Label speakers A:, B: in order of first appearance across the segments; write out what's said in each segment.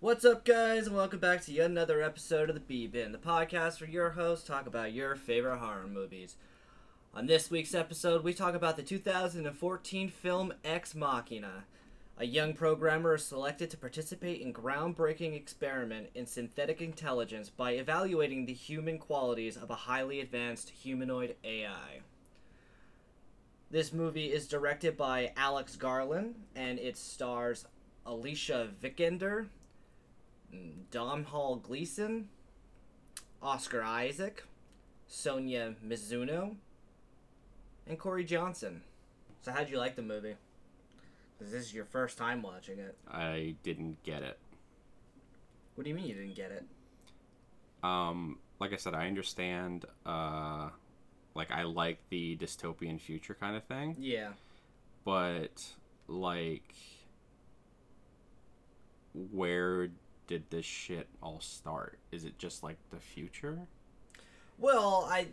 A: What's up, guys, and welcome back to yet another episode of the B Bin, the podcast where your hosts talk about your favorite horror movies. On this week's episode, we talk about the 2014 film Ex Machina. A young programmer is selected to participate in groundbreaking experiment in synthetic intelligence by evaluating the human qualities of a highly advanced humanoid AI. This movie is directed by Alex Garland and it stars Alicia Vikander, Dom Hall Gleason, Oscar Isaac, Sonia Mizuno, and Corey Johnson. So, how'd you like the movie? 'Cause this is your first time watching it.
B: I didn't get it.
A: What do you mean you didn't get it?
B: Um, like I said, I understand. Uh, like I like the dystopian future kind of thing,
A: Yeah.
B: but like, where did this shit all start? Is it just like the future?
A: Well, I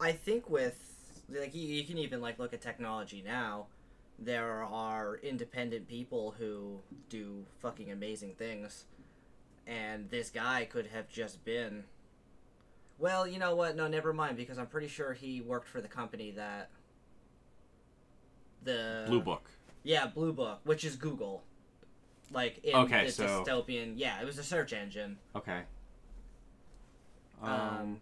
A: I think with like you, you can even like look at technology now. There are independent people who do fucking amazing things, and this guy could have just been. Well, you know what? No, never mind because I'm pretty sure he worked for the company that. The
B: Blue Book.
A: Yeah, Blue Book, which is Google. Like in
B: Okay,
A: the
B: so-
A: dystopian, yeah, it was a search engine.
B: Okay. Um,
A: Um,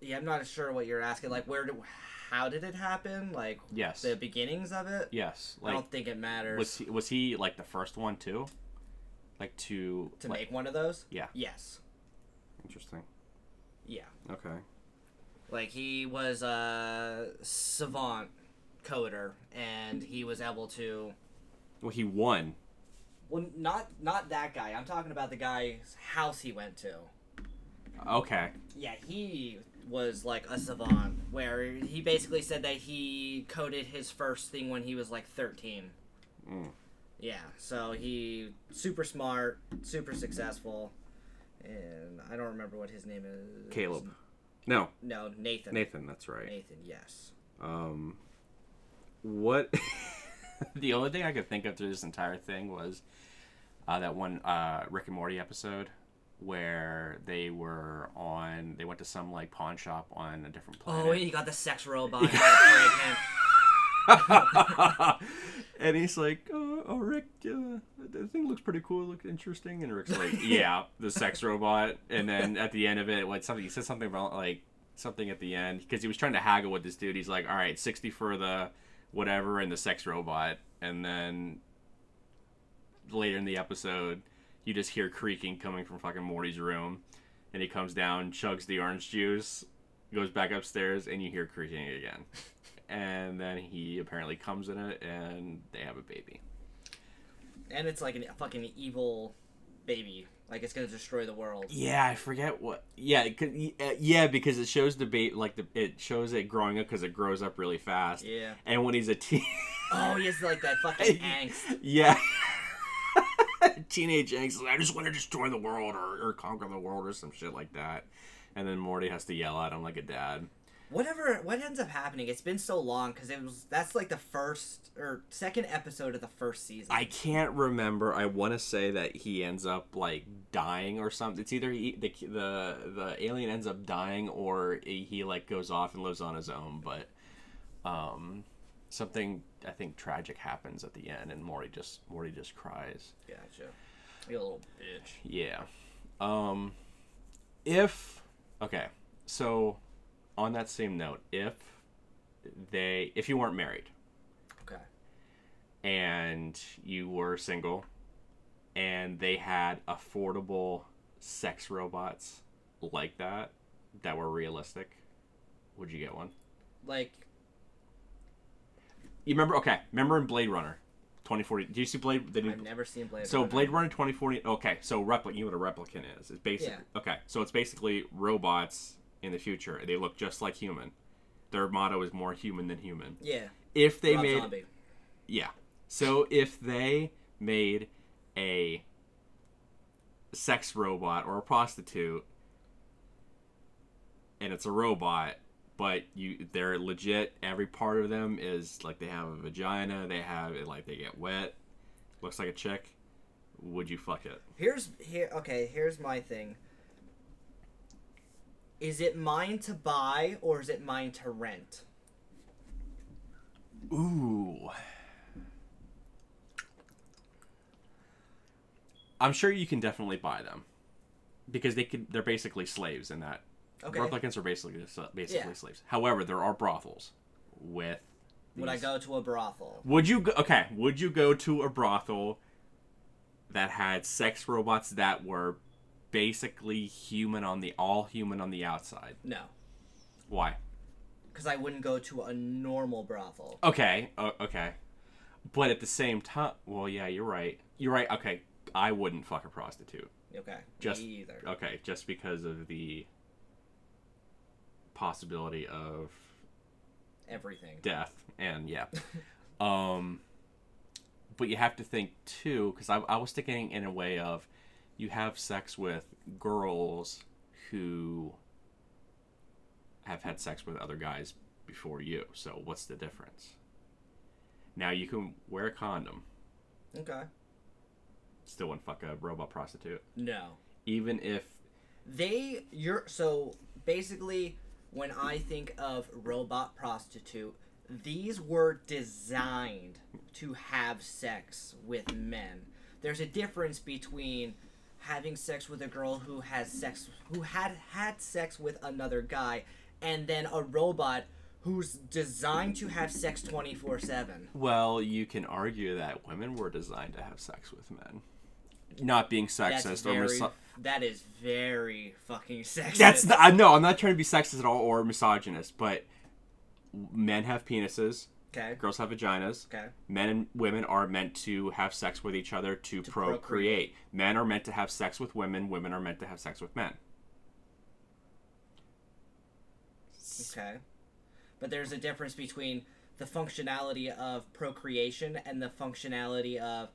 A: Yeah, I'm not sure what you're asking. Like, where, do, how did it happen? Like
B: Yes.
A: the beginnings of it.
B: Yes.
A: I
B: Like
A: don't think it matters
B: was he, was he like the first one too? Like to
A: to
B: like-
A: make one of those.
B: Yeah.
A: Yes.
B: Interesting.
A: Yeah.
B: Okay.
A: Like he was a savant coder, and he was able to.
B: Well, he won.
A: Well, not not that guy. I'm talking about the guy's house he went to.
B: Okay.
A: Yeah, he was like a savant, where he basically said that he coded his first thing when he was like 13.
B: Mm.
A: Yeah, so he super smart, super successful, and I don't remember what his name is.
B: Caleb. No,
A: No, Nathan.
B: Nathan, that's right.
A: Nathan, yes.
B: Um, what? the only thing I could think of through this entire thing was uh, that one uh, Rick and Morty episode where they were on. They went to some like pawn shop on a different planet.
A: Oh, and he got the sex robot. and pregnant.
B: and he's like, "Oh, oh Rick, uh, the thing looks pretty cool. Looks interesting." And Rick's like, "Yeah, the sex robot." And then at the end of it, what something he said something about like something at the end because he was trying to haggle with this dude. He's like, "All right, sixty for the whatever and the sex robot." And then later in the episode, you just hear creaking coming from fucking Morty's room, and he comes down, chugs the orange juice, goes back upstairs, and you hear creaking again and then he apparently comes in it and they have a baby.
A: and it's like an- a fucking evil baby. Like it's gonna destroy the world.
B: Yeah, I forget what. Yeah, it could- y- uh, yeah, because it shows the baby like the it shows it growing up because it grows up really fast.
A: Yeah.
B: And when he's a teen,
A: Oh, he has like that fucking angst.
B: yeah, teenage angst. I just want to destroy the world or, or conquer the world or some shit like that. And then Morty has to yell at him like a dad.
A: whatever what ends up happening it's been so long because it was that's like the first or second episode of the first season
B: I can't remember. I want to say that he ends up like dying or something. It's either he, the the the alien ends up dying or he he, like goes off and lives on his own. But um, something I think tragic happens at the end, and Morty just Morty just cries.
A: gotcha you little bitch
B: Yeah. Um, if okay, so on that same note, if they if you weren't married,
A: okay
B: and you were single and they had affordable sex robots like that that were realistic would you get one
A: like
B: you remember okay remember in blade runner 2040 do you see blade the new,
A: i've never seen blade
B: so
A: Runner.
B: blade runner 2040 okay so replicant you know what a replicant is it's basically okay so it's basically robots in the future they look just like human their motto is more human than human
A: yeah
B: if they
A: Rob
B: made
A: zombie
B: Yeah. So if they made a sex robot or a prostitute and it's a robot, but you they're legit, every part of them is like they have a vagina, they have like they get wet, looks like a chick. Would you fuck it?
A: Here's here okay, here's my thing. Is it mine to buy or is it mine to rent?
B: Ooh. I'm sure you can definitely buy them because they could. They're basically slaves in that.
A: Okay.
B: Replicants are basically basically
A: Yeah.
B: slaves. However, there are brothels with.
A: Would I
B: these-
A: go to a brothel?
B: Would you go, okay? Would you go to a brothel that had sex robots that were basically human on the all human on the outside?
A: No.
B: Why?
A: Cuz I wouldn't go to a normal brothel.
B: Okay, o- okay, but at the same time, well, yeah, you're right. You're right. Okay, I wouldn't fuck a prostitute.
A: Okay.
B: Just-
A: me either.
B: Okay, just because of the possibility of
A: Everything.
B: death and yeah um but you have to think too because I, I was thinking in a way of you have sex with girls who have had sex with other guys before you so what's the difference now you can wear a condom
A: Okay.
B: still wouldn't fuck a robot prostitute
A: No.
B: even if
A: They you're so basically when I think of robot prostitute, these were designed to have sex with men. There's a difference between having sex with a girl who has sex who had had sex with another guy and then a robot who's designed to have sex 24/7.
B: well you can argue that women were designed to have sex with men not being sexist
A: That's
B: or
A: very
B: miso-
A: that is very fucking sexist.
B: That's not, I no, I'm not trying to be sexist at all or misogynist, but men have penises,
A: okay.
B: girls have vaginas.
A: Okay.
B: Men and women are meant to have sex with each other to, procreate.
A: procreate.
B: Men are meant to have sex with women, women are meant to have sex with men.
A: Okay. But there's a difference between the functionality of procreation and the functionality of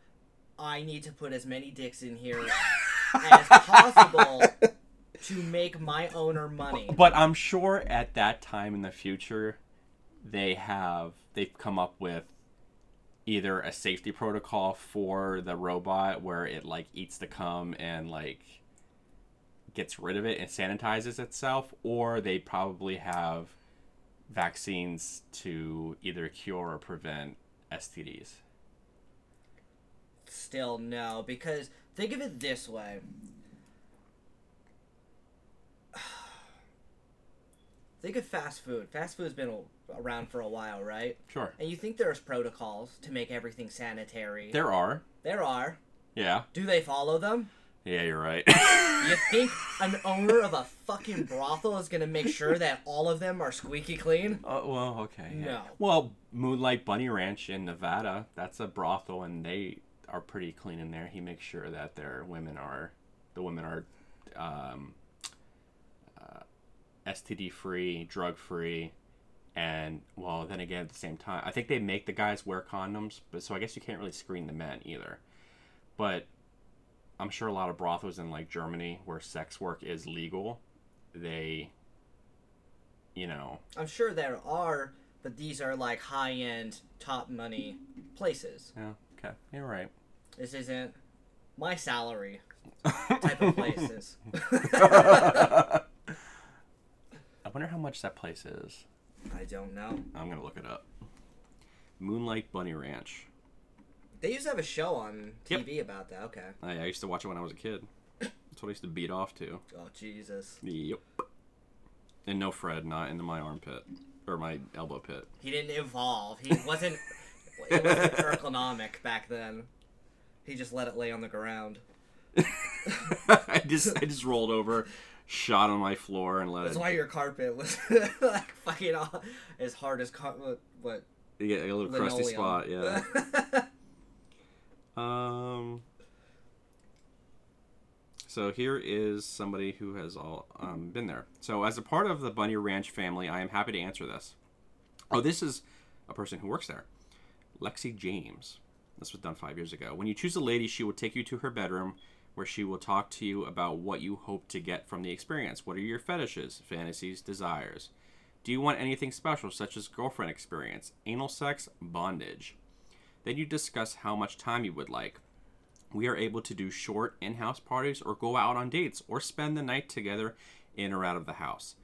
A: I need to put as many dicks in here as possible to make my owner money.
B: But I'm sure at that time in the future they have they've come up with either a safety protocol for the robot where it like eats the cum and like gets rid of it and sanitizes itself or they probably have vaccines to either cure or prevent STDs.
A: Still no, because think of it this way. Think of fast food. Fast food's been a- around for a while, right?
B: Sure.
A: And you think there's protocols to make everything sanitary.
B: There are.
A: there are.
B: Yeah.
A: Do they follow them?
B: Yeah, you're right.
A: You think an owner of a fucking brothel is gonna make sure that all of them are squeaky clean?
B: Uh, well, okay. yeah.
A: No.
B: Well, Moonlight Bunny Ranch in Nevada, that's a brothel, and they are pretty clean in there. He makes sure that their women are, the women are, um, uh, STD free, drug free, and well, then again at the same time, I think they make the guys wear condoms, but so I guess you can't really screen the men either. But I'm sure a lot of brothels in like Germany where sex work is legal, they, you know.
A: I'm sure there are, but these are like high end, top money places.
B: Yeah. Okay. You're right.
A: This isn't my salary type of places.
B: I wonder how much that place is.
A: I don't know.
B: I'm gonna look it up. Moonlight Bunny Ranch.
A: They used to have a show on
B: Yep.
A: TV about that. Okay.
B: I, I used to watch it when I was a kid. That's what I used to beat off to.
A: Oh Jesus.
B: Yep. And no Fred, not into my armpit or my elbow pit.
A: He didn't evolve. He wasn't. it wasn't ergonomic back then. He just let it lay on the ground.
B: I just I just rolled over, shot on my floor, and let
A: That's
B: it
A: why your carpet was like fucking all, as hard as car- what, what
B: get a little crusty
A: linoleum.
B: spot. Yeah. Um. So here is somebody who has all um, been there. So as a part of the Bunny Ranch family, I am happy to answer this. Oh, this is a person who works there, Lexi James. This was done five years ago. When you choose a lady, she will take you to her bedroom, where she will talk to you about what you hope to get from the experience. What are your fetishes, fantasies, desires? Do you want anything special, such as girlfriend experience, anal sex, bondage? Then you discuss how much time you would like. We are able to do short in house parties or go out on dates or spend the night together in or out of the house.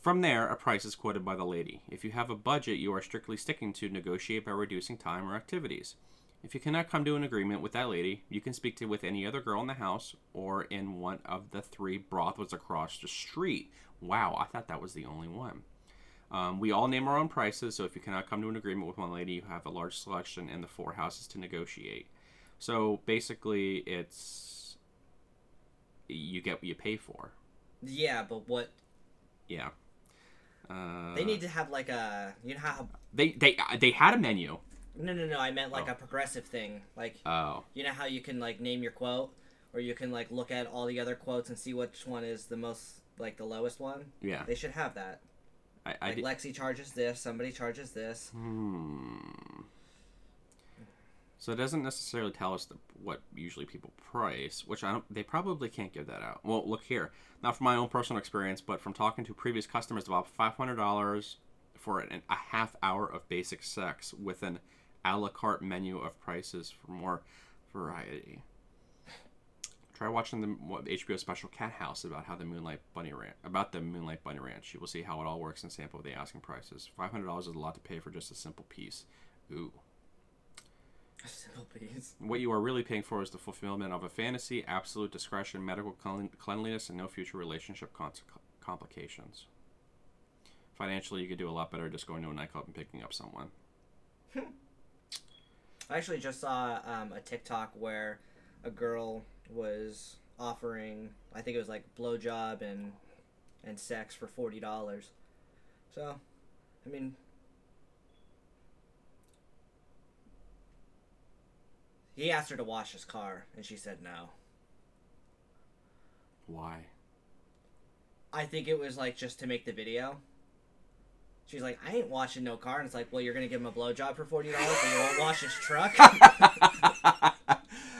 B: From there, a price is quoted by the lady. If you have a budget you are strictly sticking to, negotiate by reducing time or activities. If you cannot come to an agreement with that lady, you can speak to with any other girl in the house or in one of the three brothels across the street. Wow, I thought that was the only one. Um, we all name our own prices, so if you cannot come to an agreement with one lady, you have a large selection and the four houses to negotiate. So basically, it's you get what you pay for.
A: Yeah, but what
B: Yeah. Uh,
A: they need to have like a you know how
B: They they uh, they had a menu.
A: no no no I meant like
B: Oh.
A: a progressive thing like
B: Oh.
A: you know how you can like name your quote or you can like look at all the other quotes and see which one is the most like the lowest one.
B: Yeah.
A: They should have that.
B: I, I
A: Like
B: did.
A: Lexi charges this, somebody charges this.
B: Hmm. So it doesn't necessarily tell us the, what usually people price, which I don't. They probably can't give that out. Well, look here. Not from my own personal experience, but from talking to previous customers about five hundred dollars for an, a half hour of basic sex with an a la carte menu of prices for more variety. Try watching the what, HBO special Cat House about how the Moonlight Bunny Ranch about the Moonlight Bunny Ranch. You will see how it all works and sample the asking prices. Five hundred dollars is a lot to pay for just a simple piece. Ooh.
A: Simple please.
B: What you are really paying for is the fulfillment of a fantasy, absolute discretion, medical clean- cleanliness, and no future relationship cons- complications. Financially, you could do a lot better just going to a nightclub and picking up someone.
A: I actually just saw um, a TikTok where a girl was offering, I think it was like blowjob and and sex for forty dollars. So, I mean, he asked her to wash his car, and she said no.
B: Why?
A: I think it was like just to make the video. She's like, I ain't washing no car, and it's like, well, you're gonna give him a blowjob for forty dollars, but you won't wash his truck.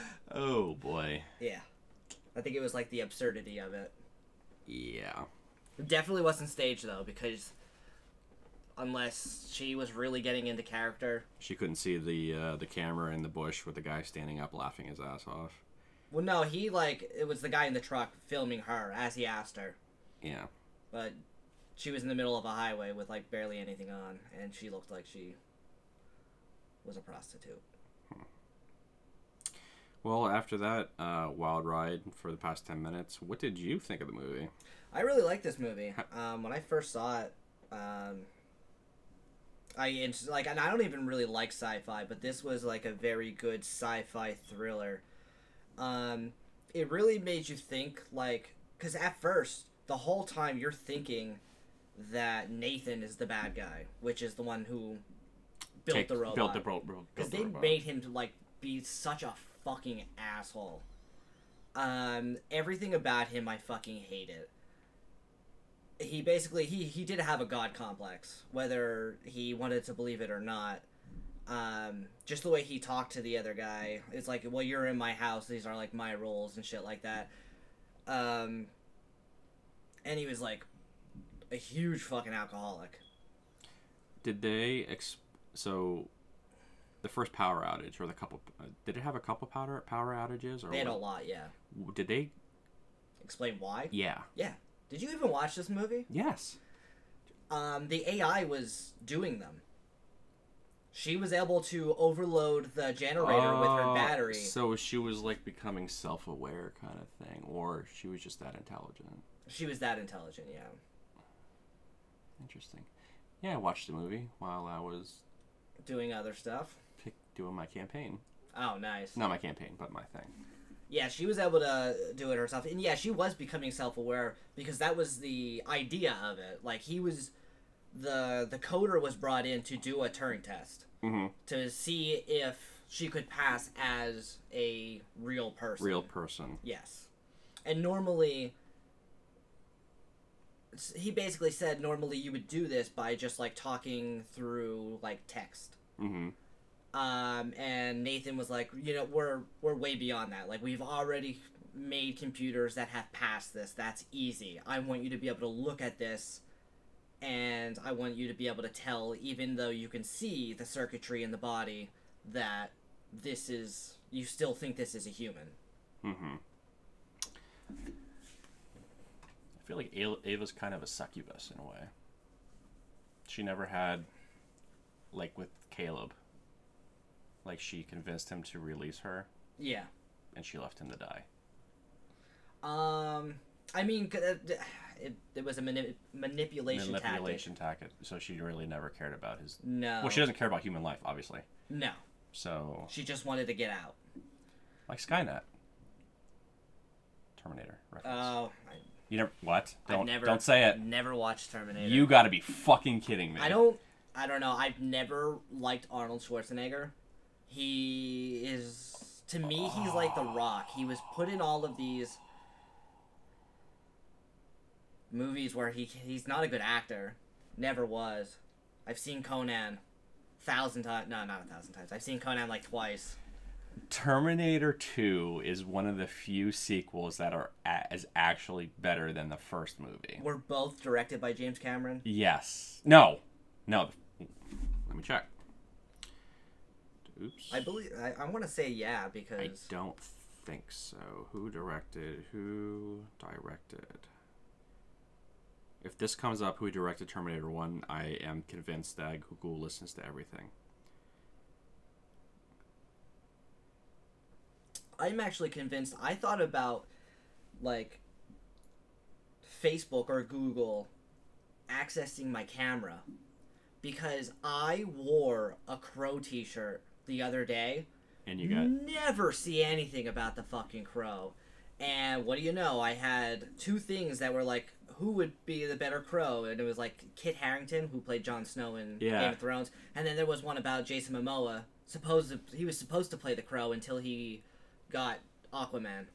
B: oh boy.
A: yeah, I think it was like the absurdity of it.
B: Yeah.
A: Definitely wasn't staged though, because unless she was really getting into character.
B: She couldn't see the uh, the camera in the bush with the guy standing up laughing his ass off.
A: Well, no, he like it was the guy in the truck filming her as he asked her,
B: Yeah.
A: but she was in the middle of a highway with like barely anything on, and she looked like she was a prostitute.
B: Well, after that uh, wild ride for the past ten minutes, what did you think of the movie?
A: I really like this movie. Um, when I first saw it, um, I it's like, and I don't even really like sci-fi, but this was like a very good sci-fi thriller. Um, it really made you think, like, because at first, the whole time you're thinking that Nathan is the bad guy, which is the one who built
B: Take-
A: the robot.
B: Built the, ro- ro-
A: Because
B: built the
A: they
B: robot.
A: made him to like be such a fucking asshole. Um, everything about him, I fucking hated. He basically he he did have a god complex, whether he wanted to believe it or not. Um, just the way he talked to the other guy, it's like, well, you're in my house. These are like my rules and shit like that. Um, and he was like a huge fucking alcoholic.
B: Did they ex- so the first power outage or the couple uh, did it have a couple powder power outages or
A: They had a
B: what-
A: lot, yeah.
B: did they
A: Explain why?
B: yeah
A: Yeah. Did you even watch this movie?
B: yes
A: um, the AI was doing them. She was able to overload the generator with her
B: Oh,
A: battery.
B: so she was like becoming self-aware kind of thing or she was just that intelligent
A: She was that intelligent, yeah.
B: interesting yeah I watched the movie while I was
A: Doing other stuff.
B: pick, doing my campaign
A: Oh, nice.
B: not my campaign but my thing
A: Yeah, she was able to do it herself. And yeah, she was becoming self-aware because that was the idea of it. Like he was the the coder was brought in to do a Turing test
B: Mhm.
A: to see if she could pass as a real person.
B: real person
A: Yes. And normally, s- he basically said normally you would do this by just like talking through like text.
B: mm-hmm
A: Um, and Nathan was like, you know, we're we're way beyond that. Like we've already made computers that have passed this. That's easy. I want you to be able to look at this, and I want you to be able to tell, even though you can see the circuitry in the body, that this is you still think this is a human.
B: Mm-hmm. I feel like A- Ava's kind of a succubus in a way. She never had, like with Caleb, like she convinced him to release her
A: Yeah.
B: and she left him to die.
A: Um. I mean, c- uh, d- it, it was a manip- manipulation, tactic. Oh.
B: Manipulation tactic. So she really never cared about his.
A: No.
B: Well, she doesn't care about human life, obviously.
A: No.
B: So,
A: She just wanted to get out.
B: like Skynet, Terminator reference.
A: Oh,
B: you never what?
A: I,
B: Don't
A: I've never
B: don't say it.
A: Never watched Terminator.
B: You got to be fucking kidding me.
A: I don't. I don't know. I've never liked Arnold Schwarzenegger. He is to me. He's like the Rock. He was put in all of these movies where he he's not a good actor. Never was. I've seen Conan thousand times. No, not a thousand times. I've seen Conan like twice.
B: Terminator 2 is one of the few sequels that are a- is actually better than the first movie.
A: We're both directed by James Cameron.
B: Yes. No. No. Let me check. Oops.
A: I believe. I, I want to say yeah because
B: I don't think so. Who directed? Who directed? If this comes up, who directed Terminator 1, I am convinced that Google listens to everything.
A: I'm actually convinced. I thought about like Facebook or Google accessing my camera because I wore a crow T-shirt the other day.
B: And you got.
A: Never see anything about the fucking crow. And what do you know? I had two things that were like, who would be the better crow? And it was like Kit Harrington, who played Jon Snow in
B: Yeah.
A: Game of Thrones, and then there was one about Jason Momoa. Supposed to, he was supposed to play the crow until he got Aquaman.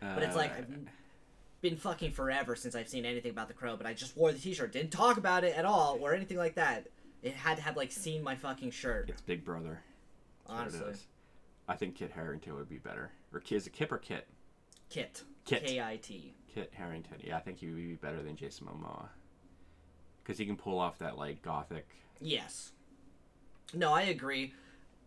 A: But it's like
B: uh,
A: I've been fucking forever since I've seen anything about the crow. But I just wore the T-shirt, didn't talk about it at all or anything like that. It had to have like seen my fucking shirt.
B: It's Big Brother. That's what it
A: honestly,
B: is. I think Kit Harrington would be better. Or Kit- is it Kip or Kit?
A: Kit.
B: Kit.
A: K I T.
B: Kit Harrington. Yeah, I think he would be better than Jason Momoa. Because he can pull off that, like, gothic.
A: Yes. No, I agree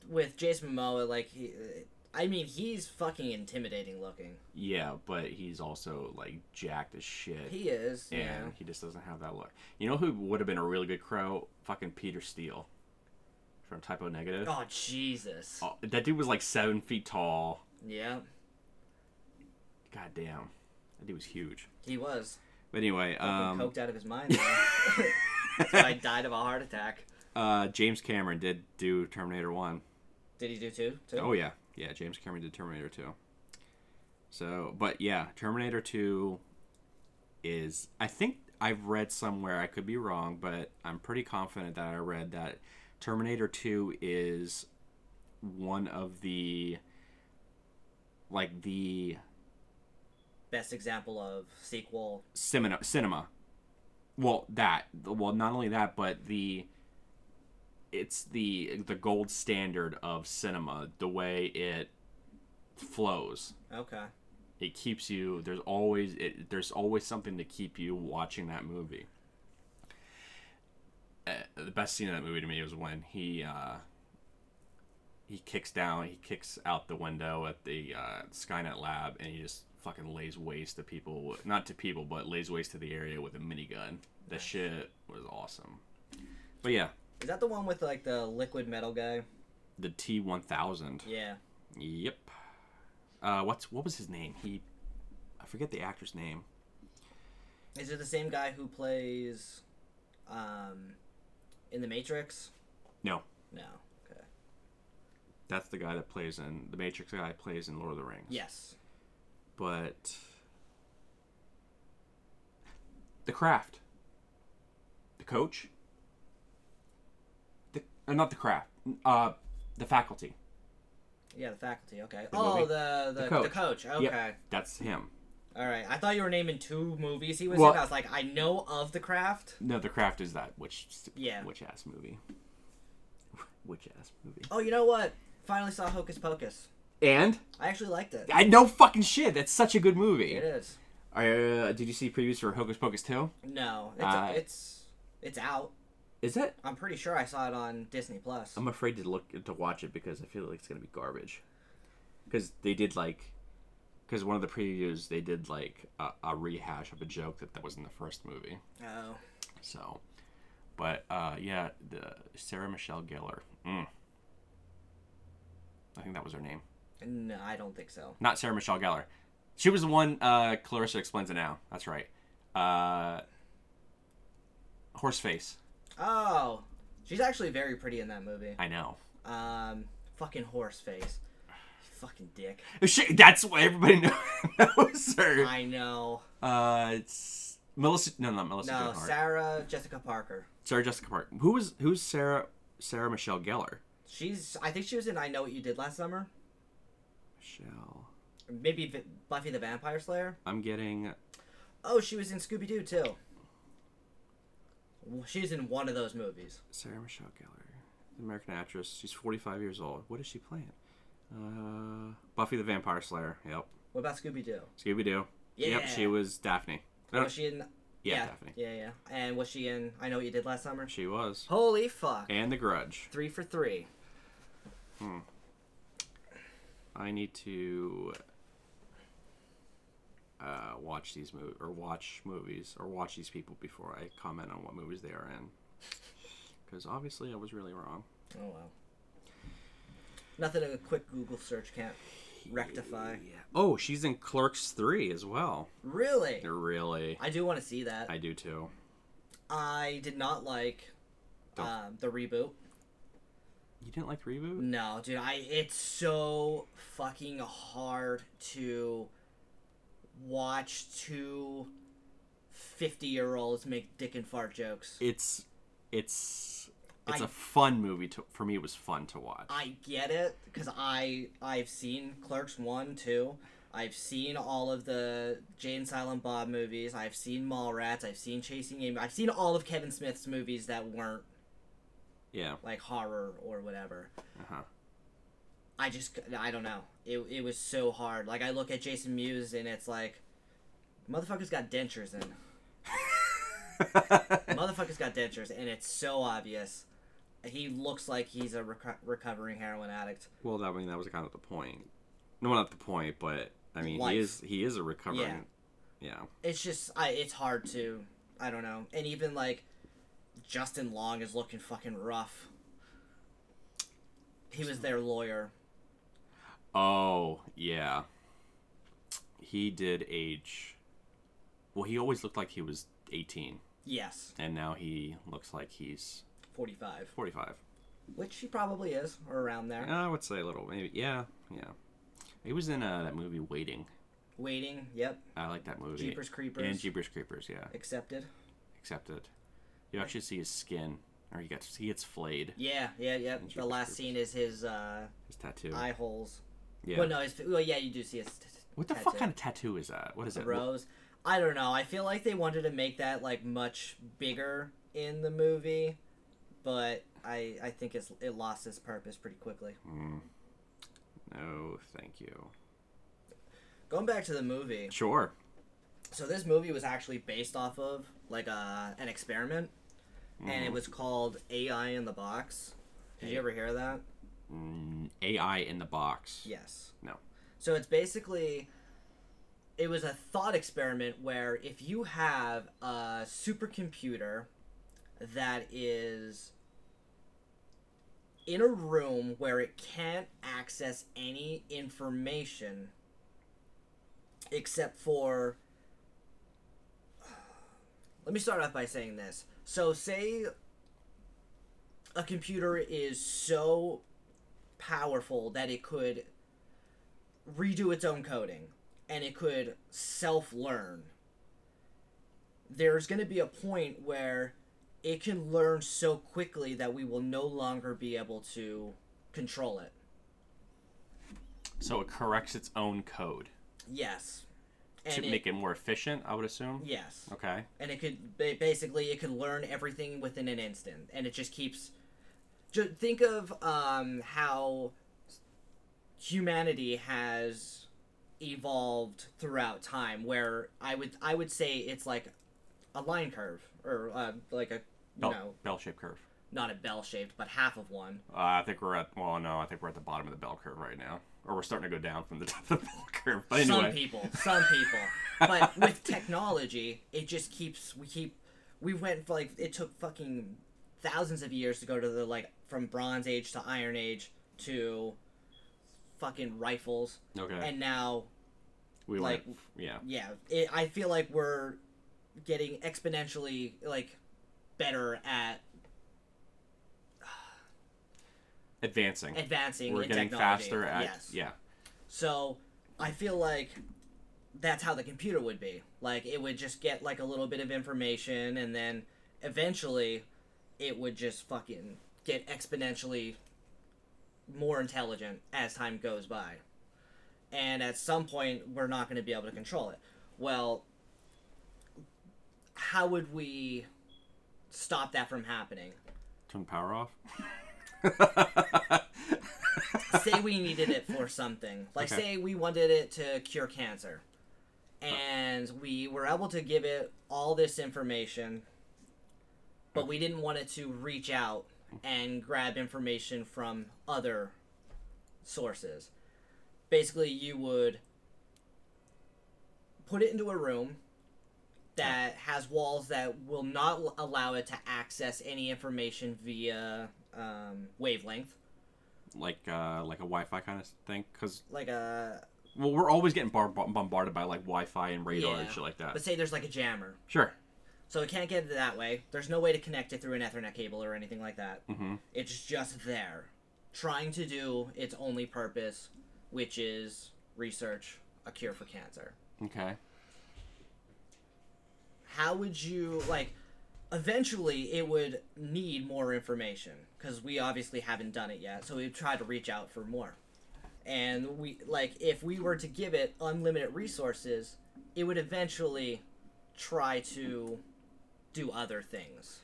A: with Jason Momoa. Like, he, uh, I mean, he's fucking intimidating looking.
B: Yeah, but he's also, like, jacked as shit.
A: He is.
B: and
A: Yeah.
B: he just doesn't have that look. You know who would have been a really good crow? Fucking Peter Steele from Typo Negative.
A: Oh Jesus.
B: Oh, that dude was like seven feet tall.
A: Yeah,
B: God damn, that dude was huge.
A: he was.
B: But anyway,
A: Um,
B: um,
A: coked out of his mind. though. That's why I died of a heart attack.
B: uh, James Cameron did do Terminator One.
A: Did he do two? Two.
B: Oh yeah, yeah. James Cameron did Terminator Two. So, but yeah, Terminator Two is. I think I've read somewhere. I could be wrong, but I'm pretty confident that I read that Terminator Two is one of the like the
A: Best example of sequel.
B: cinema cinema. Well, that well, not only that, but the it's the the gold standard of cinema. The way it flows
A: Okay.
B: it keeps you there's always it, there's always something to keep you watching that movie uh, the best scene in that movie to me was when he uh he kicks down he kicks out the window at the uh, skynet lab and he just fucking lays waste to people with- not to people but lays waste to the area with a minigun that shit was awesome but yeah
A: Is that the one with like the liquid metal guy?
B: the t1000
A: Yeah.
B: Yep. Uh, what's what was his name? He, I forget the actor's name.
A: Is it the same guy who plays, um, in the Matrix?
B: No,
A: No. Okay.
B: that's the guy that plays in the Matrix. Guy plays in Lord of the Rings.
A: Yes.
B: But the craft, the coach, the uh, not the craft, uh, the faculty.
A: Yeah, the faculty. Okay.
B: The
A: oh,
B: movie?
A: the the,
B: The
A: the,
B: coach.
A: coach. Okay.
B: Yep, that's him.
A: All right. I thought you were naming two movies he was
B: Well-
A: in. I was like, I know of the craft.
B: No, the craft is that which
A: Yeah.
B: which ass movie. Which ass movie?
A: Oh, you know what? Finally saw Hocus Pocus.
B: And
A: I actually liked it.
B: I know fucking shit. That's such a good movie.
A: It is.
B: Uh, did you see previews for Hocus Pocus 2?
A: No, it's
B: Uh,
A: it's it's out.
B: Is that?
A: I'm pretty sure I saw it on Disney Plus.
B: I'm afraid to look to watch it because I feel like it's gonna be garbage. Because they did like, because one of the previews they did like a, a rehash of a joke that that was in the first movie.
A: Oh,
B: So, but uh, yeah, the Sarah Michelle Gellar. Mm. I think that was her name.
A: no, I don't think so.
B: Not Sarah Michelle Gellar. She was the one. Uh, Clarissa explains it now. That's right. Uh, Horseface.
A: Oh, she's actually very pretty in that movie.
B: I know.
A: Um, fucking horse face. Fucking dick.
B: She, that's why everybody know- knows her.
A: I know.
B: Uh, it's Melissa. No, not Melissa.
A: No,
B: Joan Hart.
A: Sarah Jessica Parker.
B: Sarah Jessica Parker. Who was who's Sarah Sarah Michelle Gellar?
A: She's. I think she was in I Know What You Did Last Summer.
B: Michelle.
A: Maybe v- Buffy the Vampire Slayer.
B: I'm getting.
A: Oh, she was in Scooby Doo too. She was in one of those movies.
B: Sarah Michelle Gellar, American actress. She's 45 years old. What is she playing? Uh, Buffy the Vampire Slayer. Yep.
A: What about Scooby Doo?
B: Scooby Doo.
A: Yeah.
B: Yep. She was Daphne. No,
A: Was she in?
B: Uh, yeah,
A: yeah,
B: Daphne.
A: yeah, yeah. And was she in I Know What You Did Last Summer?
B: She was.
A: Holy fuck!
B: And The Grudge.
A: Three for three.
B: I need to uh, watch these movies or watch movies or watch these people before I comment on what movies they are in. Because obviously I was really wrong.
A: Oh well. Nothing a quick Google search can't rectify.
B: Yeah. Oh, she's in Clerks 3 as well.
A: Really?
B: Really?
A: I do want to see that.
B: I do too.
A: I did not like
B: Don't-
A: um, the reboot.
B: You didn't like the reboot?
A: No, dude, I it's so fucking hard to watch two 50 year olds make dick and fart jokes.
B: It's it's it's
A: I-
B: a fun movie to, for me it was fun to watch.
A: I get it cuz I I've seen Clerks 1, 2. I've seen all of the Jane Silent Bob movies. I've seen Mallrats. I've seen Chasing Amy. I've seen all of Kevin Smith's movies that weren't
B: yeah.
A: like horror or whatever.
B: Uh-huh.
A: I just I don't know. It it was so hard. Like I look at Jason Mewes and it's like, motherfucker's got dentures in. motherfucker's got dentures and it's so obvious. He looks like he's a reco- recovering heroin addict.
B: Well, that I mean that was kind of the point. No, not the point, but I mean
A: Life.
B: he is he is a recovering yeah.
A: It's just I it's hard to I don't know. And even like Justin Long is looking fucking rough. He was their lawyer.
B: Oh, yeah. He did age. Well, he always looked like he was 18,
A: Yes,
B: and now he looks like he's
A: 45,
B: 45.
A: which he probably is or around there.
B: I would say a little, maybe. Yeah, yeah. He was in uh, that movie Waiting.
A: Waiting, yep.
B: I like that movie.
A: Jeepers Creepers.
B: And Jeepers Creepers, yeah.
A: accepted.
B: Accepted. You actually see his skin, or he gets he gets flayed.
A: Yeah, yeah, yeah. The
B: Jeepers
A: last
B: Creepers.
A: scene is his uh,
B: His tattoo.
A: eye holes.
B: yeah.
A: Well, no, his, well, yeah, you do see his. T- t-
B: what the
A: tattoo.
B: fuck kind of tattoo is that? What is
A: The
B: it?
A: rose? I don't know. I feel like they wanted to make that like much bigger in the movie, but I I think it's it lost its purpose pretty quickly.
B: Mm. No, thank you.
A: Going back to the movie,
B: Sure.
A: so this movie was actually based off of like uh, an experiment, and it was called AI in the Box. Did
B: Mm-hmm. Hey.
A: you ever hear of that?
B: Mm, AI in the box.
A: Yes.
B: No.
A: So it's basically it was a thought experiment where if you have a supercomputer that is in a room where it can't access any information except for let me start off by saying this. So say a computer is so powerful that it could redo its own coding and it could self learn, there's going to be a point where it can learn so quickly that we will no longer be able to control it.
B: So it corrects its own code
A: Yes.
B: to
A: And it,
B: make it more efficient, I would assume.
A: yes.
B: Okay.
A: And it could ba- basically it could learn everything within an instant and it just keeps ju- think of um, how humanity has evolved throughout time where i would i would say it's like a line curve or uh, like a
B: Bell,
A: No.
B: bell-shaped curve.
A: Not a bell shaped, but half of one.
B: Uh, I think we're at well, no, I think we're at the bottom of the bell curve right now, or we're starting to go down from the top of the bell curve. But
A: Some
B: anyway,
A: people, some people. But with technology, it just keeps. We keep. We went for, like it took fucking thousands of years to go to the like from Bronze Age to Iron Age to fucking rifles,
B: okay,
A: and now
B: we
A: like-
B: went, yeah,
A: yeah, it, I feel like we're getting exponentially like better at
B: advancing.
A: advancing.
B: we're
A: in
B: getting
A: technology.
B: faster at
A: yes.
B: yeah.
A: So I feel like that's how the computer would be. Like it would just get like a little bit of information and then eventually it would just fucking get exponentially more intelligent as time goes by. And at some point we're not going to be able to control it. Well, how would we stop that from happening?
B: Turn power off.
A: say we needed it for something. Like
B: Okay.
A: say we wanted it to cure cancer. And we were able to give it all this information, but we didn't want it to reach out and grab information from other sources. Basically, you would put it into a room that has walls that will not l- allow it to access any information via um, wavelength,
B: like uh, like a Wi-Fi kind of thing, because
A: like uh, a
B: well, we're always getting bar- bar- bombarded by like Wi-Fi and radar and
A: Yeah.
B: shit like that.
A: But say there's like a jammer.
B: sure.
A: So it can't get it that way. There's no way to connect it through an Ethernet cable or anything like that.
B: Mm-hmm.
A: It's just there, trying to do its only purpose, which is research a cure for cancer.
B: Okay.
A: How would you, like, eventually it would need more information because we obviously haven't done it yet. So we try to reach out for more. And we, like, if we were to give it unlimited resources, it would eventually try to do other things.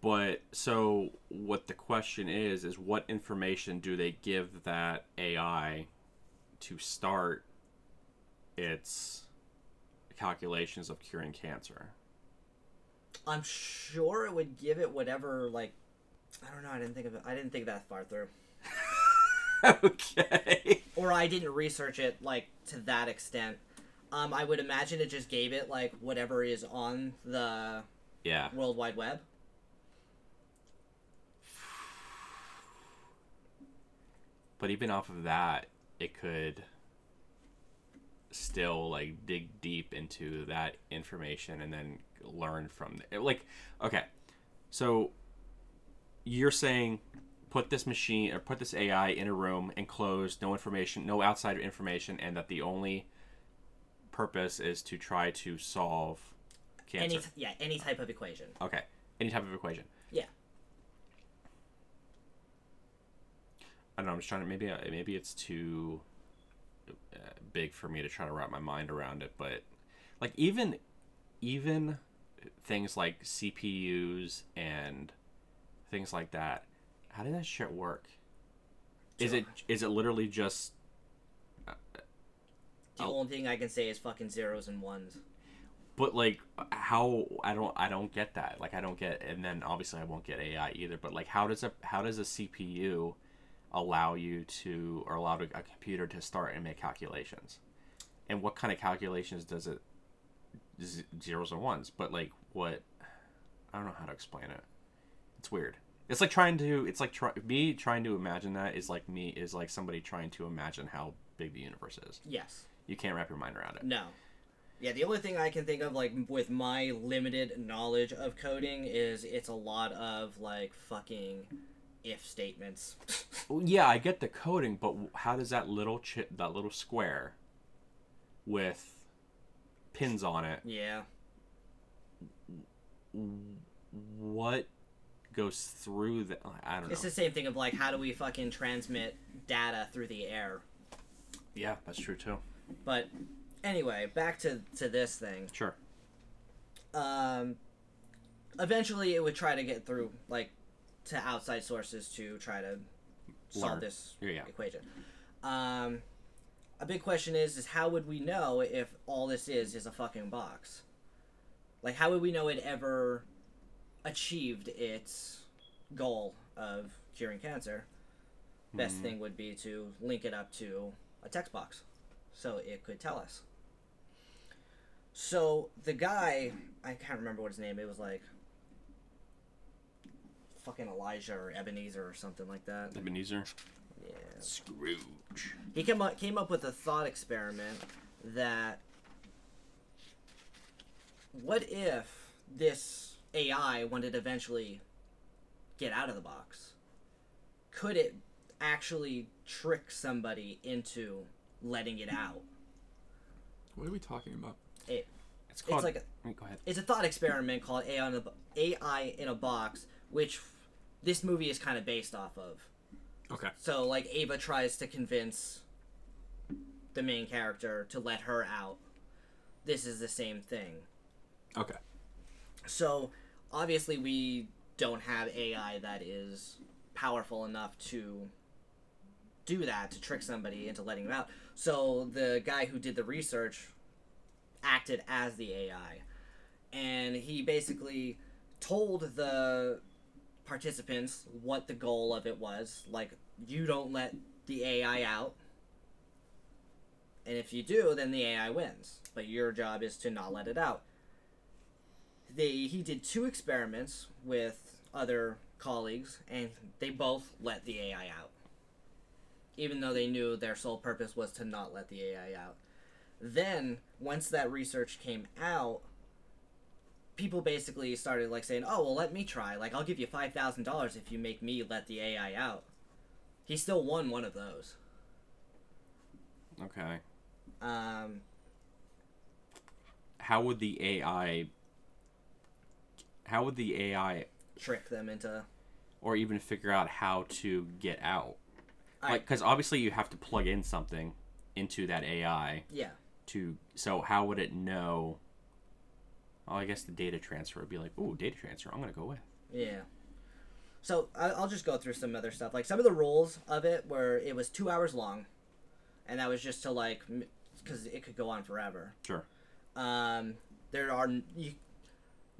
B: But so what the question is is what information do they give that AI to start its calculations of curing cancer?
A: I'm sure it would give it whatever like I don't know, I didn't think of it I didn't think that far through.
B: okay.
A: Or I didn't research it like to that extent. Um, I would imagine it just gave it like whatever is on the
B: Yeah.
A: World Wide Web.
B: But even off of that, it could still like dig deep into that information and then learn from there. Like, okay, so you're saying put this machine or put this AI in a room enclosed, no information, no outside information, and that the only purpose is to try to solve cancer.
A: Any t- yeah, any type of equation.
B: okay, any type of equation.
A: Yeah.
B: I don't know. I'm just trying to maybe I- maybe it's too uh, big for me to try to wrap my mind around it, but like even even things like CPUs and things like that. How does that shit work? Is it is it literally just
A: The
B: Oh.
A: only thing I can say is fucking zeros and ones.
B: but like how I don't I don't get that. Like I don't get and then obviously I won't get AI either, but like how does a how does a CPU allow you to or allow a computer to start and make calculations? And what kind of calculations does it z- zeros and ones, but like what I don't know how to explain it. It's weird. It's like trying to it's like try, me trying to imagine that is like me is like somebody trying to imagine how big the universe is.
A: Yes.
B: You can't wrap your mind around it.
A: No. Yeah, the only thing I can think of, like, with my limited knowledge of coding, is it's a lot of, like, fucking if statements.
B: Well, yeah, I get the coding, but w- how does that little chip, that little square with pins on it,
A: yeah.
B: what goes through that? I don't know.
A: It's the same thing of like how do we fucking transmit data through the air.
B: yeah, that's true too.
A: But anyway, back to to this thing.
B: Sure.
A: Um eventually it would try to get through like to outside sources to try to solve
B: Learn.
A: this
B: Yeah, yeah.
A: equation. Um a big question is is how would we know if all this is is a fucking box? Like how would we know it ever achieved its goal of curing cancer, best thing would be to link it up to a text box so it could tell us. So the guy, I can't remember what his name. It was like fucking Elijah or Ebenezer or something like that.
B: Ebenezer.
A: Yeah.
B: Scrooge.
A: He came up, came up with a thought experiment that what if this AI wanted to eventually get out of the box? Could it actually trick somebody into letting it out?
C: What are we talking about?
A: It,
B: It's called.
A: like a-
B: Wait, go ahead.
A: it's a thought experiment called AI in a, bo- AI in a box, which this movie is kind of based off of.
C: Okay.
A: So like Ava tries to convince the main character to let her out. This is the same thing.
C: Okay.
A: So obviously we don't have AI that is powerful enough to do that to trick somebody into letting them out. So the guy who did the research acted as the AI and he basically told the participants what the goal of it was like you don't let the AI out and if you do then the AI wins but your job is to not let it out they he did two experiments with other colleagues and they both let the AI out even though they knew their sole purpose was to not let the AI out then once that research came out people basically started like saying oh well let me try like i'll give you $5000 if you make me let the ai out he still won one of those
B: Okay.
A: um,
B: How would the AI? How would the AI,
A: trick them into
B: or even figure out how to get out?
A: I-
B: Like, because obviously you have to plug in something into that AI
A: yeah
B: to. So how would it know? Oh, I guess the data transfer would be like, ooh, data transfer. I'm gonna go with.
A: Yeah. So I- I'll just go through some other stuff. Like some of the rules of it were it was two hours long, and that was just to like because it could go on forever.
B: Sure.
A: Um, there are n- you,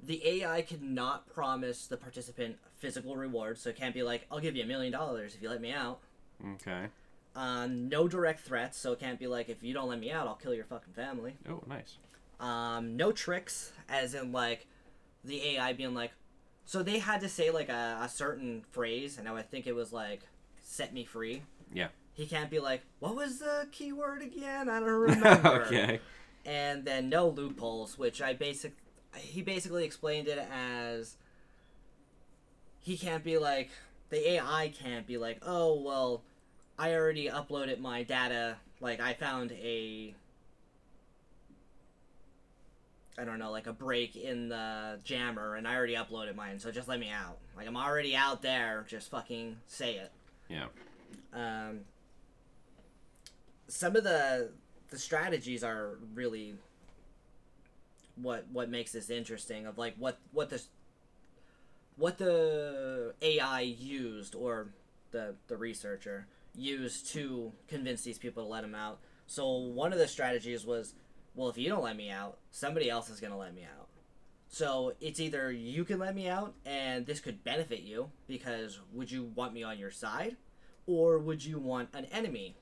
A: the AI cannot promise the participant physical rewards, so it can't be like I'll give you a million dollars if you let me out.
B: Okay.
A: Um, no direct threats, so it can't be like if you don't let me out, I'll kill your fucking family.
B: Oh, nice.
A: Um, no tricks, as in like the AI being like, so they had to say like a, a certain phrase, and I would think it was like "set me free."
B: Yeah.
A: He can't be like, "What was the key word again?" I don't remember.
B: okay.
A: And then no loopholes, which I basic he basically explained it as he can't be like the AI can't be like, "Oh well, I already uploaded my data. Like I found a I don't know, like a break in the jammer and I already uploaded mine, so just let me out. Like I'm already out there, just fucking say it.
B: Yeah.
A: Um some of the the strategies are really what what makes this interesting of like what what the what the AI used or the the researcher used to convince these people to let him out. So one of the strategies was, well, if you don't let me out, somebody else is gonna let me out. So it's either you can let me out, and this could benefit you because would you want me on your side, or would you want an enemy?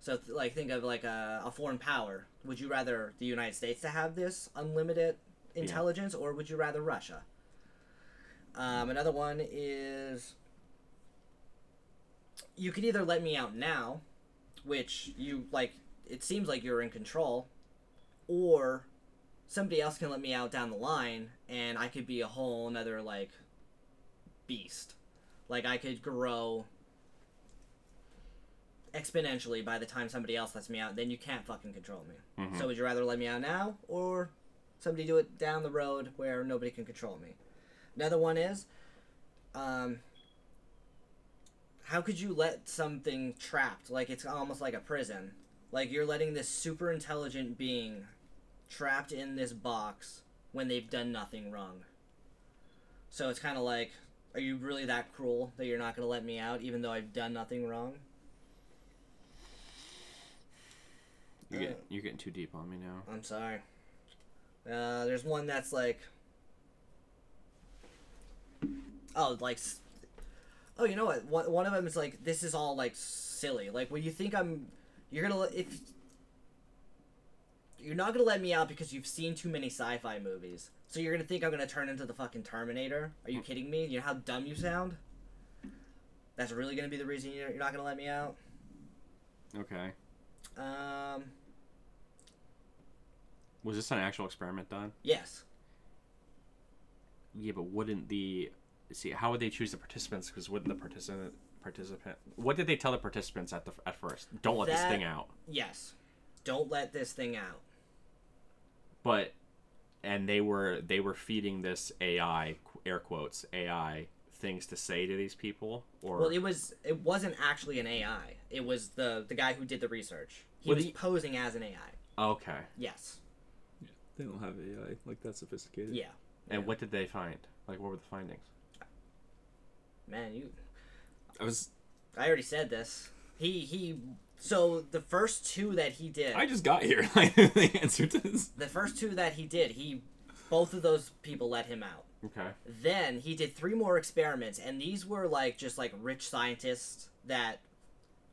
A: So th- like think of like a, a foreign power. Would you rather the United States to have this unlimited intelligence, or would you rather Russia? Um, another one is you could either let me out now, which you like, it seems like you're in control, or somebody else can let me out down the line, and I could be a whole another like beast. Like I could grow exponentially by the time somebody else lets me out. Then you can't fucking control me. So would you rather let me out now, or somebody do it down the road where nobody can control me? Another one is, um, how could you let something trapped? Like it's almost like a prison. Like you're letting this super intelligent being trapped in this box when they've done nothing wrong. So it's kind of like, are you really that cruel that you're not going to let me out even though I've done nothing wrong?
B: You're,
A: Uh,
B: get, you're getting too deep on me now.
A: I'm sorry. Uh, there's one that's like oh like s- oh you know what one, one of them is like this is all like silly like when you think i'm you're gonna let- if you're not gonna let me out because you've seen too many sci-fi movies so you're gonna think i'm gonna turn into the fucking terminator are you kidding me you know how dumb you sound that's really gonna be the reason you're, you're not gonna let me out
B: Okay.
A: um
B: Was this an actual experiment done?
A: yes
B: Yeah, but wouldn't the see how would they choose the participants? Because wouldn't the participant participant what did they tell the participants at the at first? Don't let this
A: That-
B: thing out.
A: yes don't let this thing out
B: But and they were they were feeding this AI air quotes AI things to say to these people or
A: Well, it was it wasn't actually an AI. It was the the guy who did the research. He
B: Well,
A: was
B: the-
A: posing as an AI.
B: okay.
A: Yes.
C: They don't have AI like that sophisticated.
A: Yeah.
B: And what did they find? Like what were the findings?
A: Man, you
C: I was.
A: I already said this. He he so the first two that he did
C: I just got here. I knew the answer to this.
A: the first two that he did, he both of those people let him out.
B: Okay.
A: Then he did three more experiments and these were like just like rich scientists that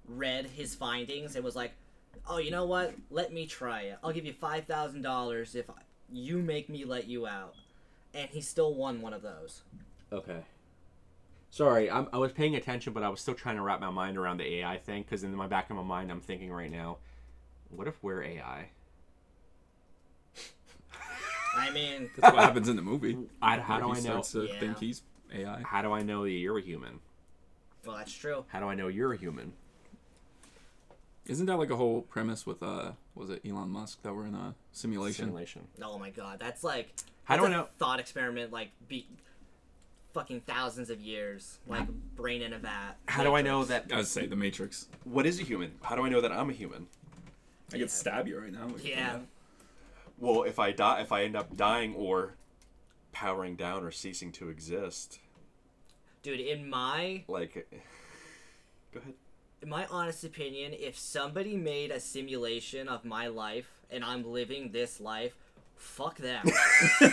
A: read his findings and was like, "Oh, you know what? Let me try it. I'll give you $5,000 if you make me let you out." And he still won one of those.
B: Okay. Sorry, I'm, I was paying attention, but I was still trying to wrap my mind around the AI thing because in my back of my mind, I'm thinking right now, what if we're AI?
A: I mean,
C: That's what happens in the movie.
B: I, how
C: He
B: do I know?
C: starts to
A: Yeah.
C: think he's AI.
B: How do I know that you're a human?
A: well, that's true.
B: How do I know you're a human?
C: Isn't that like a whole premise with uh, was it Elon Musk that we're in a simulation?
B: Simulation.
A: Oh my god, that's like
B: How do
A: that's
B: I
A: a
B: know-
A: Thought experiment like be fucking thousands of years, like brain in a vat.
B: How do I know
A: matrix.
B: that?
C: I would say the Matrix.
B: What is a human? How do I know that I'm a human?
C: I could stab you right now. if you
A: Yeah.
C: want.
B: Well, if I die, if I end up dying or powering down or ceasing to exist,
A: Dude, in my
B: like, go ahead.
A: in my honest opinion, if somebody made a simulation of my life and I'm living this life, fuck them.
C: Your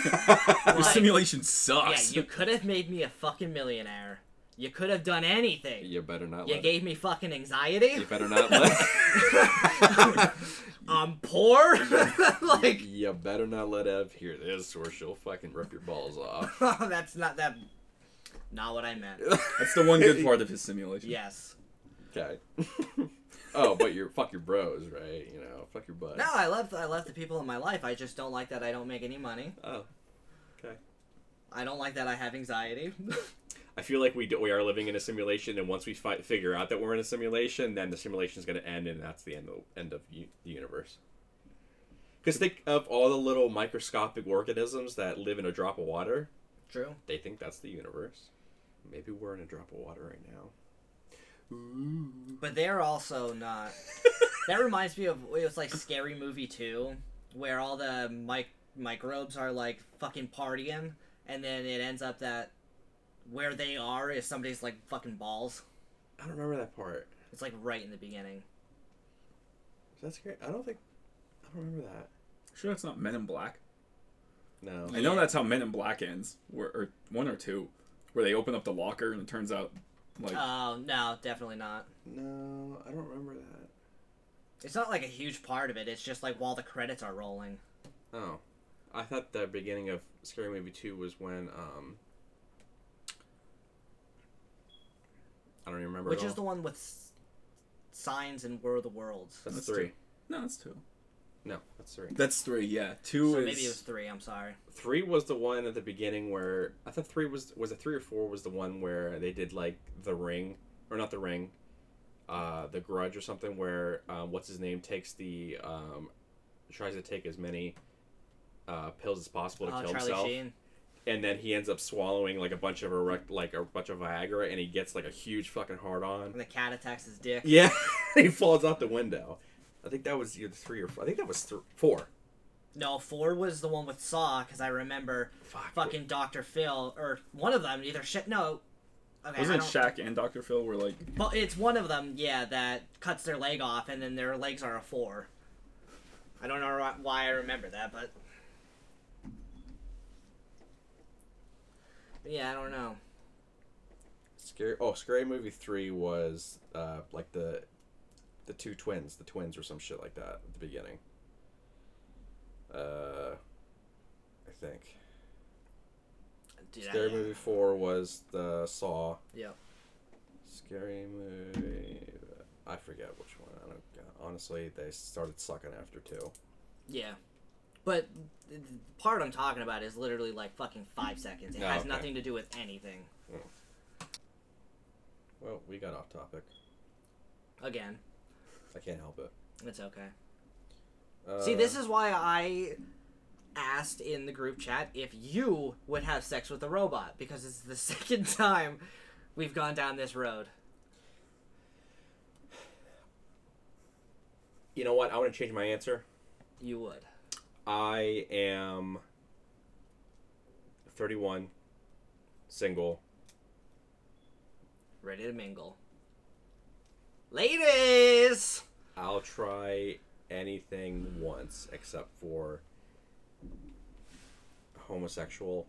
A: Like,
C: simulation
A: yeah,
C: sucks.
A: you could have made me a fucking millionaire. You could have done anything.
B: You better not.
A: You
B: let
A: gave me fucking anxiety.
B: You better not let.
A: I'm poor. like,
B: you better not let Ev hear this, or she'll fucking rip your balls off.
A: that's not that. Not what I meant.
C: That's the one good part of his simulation.
A: Yes.
B: Okay. oh, but you're fuck your bros, right? You know, fuck your butt.
A: No, I love I love the people in my life. I just don't like that I don't make any money.
B: Oh.
A: I don't like that I have anxiety.
B: I feel like we do, we are living in a simulation, and once we fi- figure out that we're in a simulation, then the simulation is going to end, and that's the end of, end of u- the universe. Because think of all the little microscopic organisms that live in a drop of water.
A: True.
B: They think that's the universe. Maybe we're in a drop of water right now.
A: But they're also not. That reminds me of it was like Scary Movie Two, where all the mic- microbes are like fucking partying, and then it ends up that where they are is somebody's like fucking balls.
B: I don't remember that part.
A: It's like right in the beginning.
B: That's great. I don't think I don't remember that.
C: Sure, that's not Men in Black.
B: No.
C: I know that's how Men in Black ends, where, or one or two, where they open up the locker and it turns out, like,
A: Oh no, definitely not.
B: No, I don't remember that.
A: It's not like a huge part of it. It's just like while the credits are rolling.
B: Oh. I thought the beginning of Scary Movie 2 was when um I don't even remember.
A: Which
B: at
A: is the
B: all.
A: one with s- signs and War of the Worlds?
B: That's,
C: That's
B: three.
C: no, that's two.
B: No, that's three.
C: That's three. Yeah, two
A: So
C: is.
A: maybe it was three. I'm sorry.
B: Three was the one at the beginning where I thought three was was it three or four was the one where they did like the ring or not the ring, uh, the grudge or something where um, what's his name takes the um, tries to take as many uh, pills as possible to
A: Oh,
B: kill
A: Charlie
B: himself,
A: Sheen.
B: and then he ends up swallowing like a bunch of erect, like a bunch of Viagra, and he gets like a huge fucking hard on.
A: When the cat attacks his dick.
B: Yeah, he falls out the window. I think that was either three or four. I think that was th- four.
A: No, four was the one with Saw because I remember
B: Fuck.
A: fucking Doctor Phil or one of them. Either shit. No. Okay, I
C: Wasn't it
A: don't-
C: Shaq and Dr. Phil were like,
A: But it's one of them, yeah, that cuts their leg off, and then their legs are a four. I don't know wh- why I remember that, but yeah, I don't know.
B: Scary. Oh, Scary Movie Three was uh, like the the two twins, the twins or some shit like that at the beginning. Uh, I think
A: Dude,
B: Scary
A: I,
B: Movie Four was the Saw.
A: Yep.
B: Scary Movie. I forget which one. I don't. Honestly, they started sucking after two.
A: Yeah. But the the part I'm talking about is literally like fucking five seconds. It
B: Oh,
A: has
B: okay.
A: nothing to do with anything.
B: Well, we got off topic.
A: Again,
B: I can't help it.
A: it's okay.
B: Uh,
A: See, this is why I asked in the group chat if you would have sex with a robot because it's the second time we've gone down this road.
B: You know what? I want to change my answer.
A: You would.
B: I am 31, single.
A: Ready to mingle. Ladies!
B: I'll try anything once except for homosexual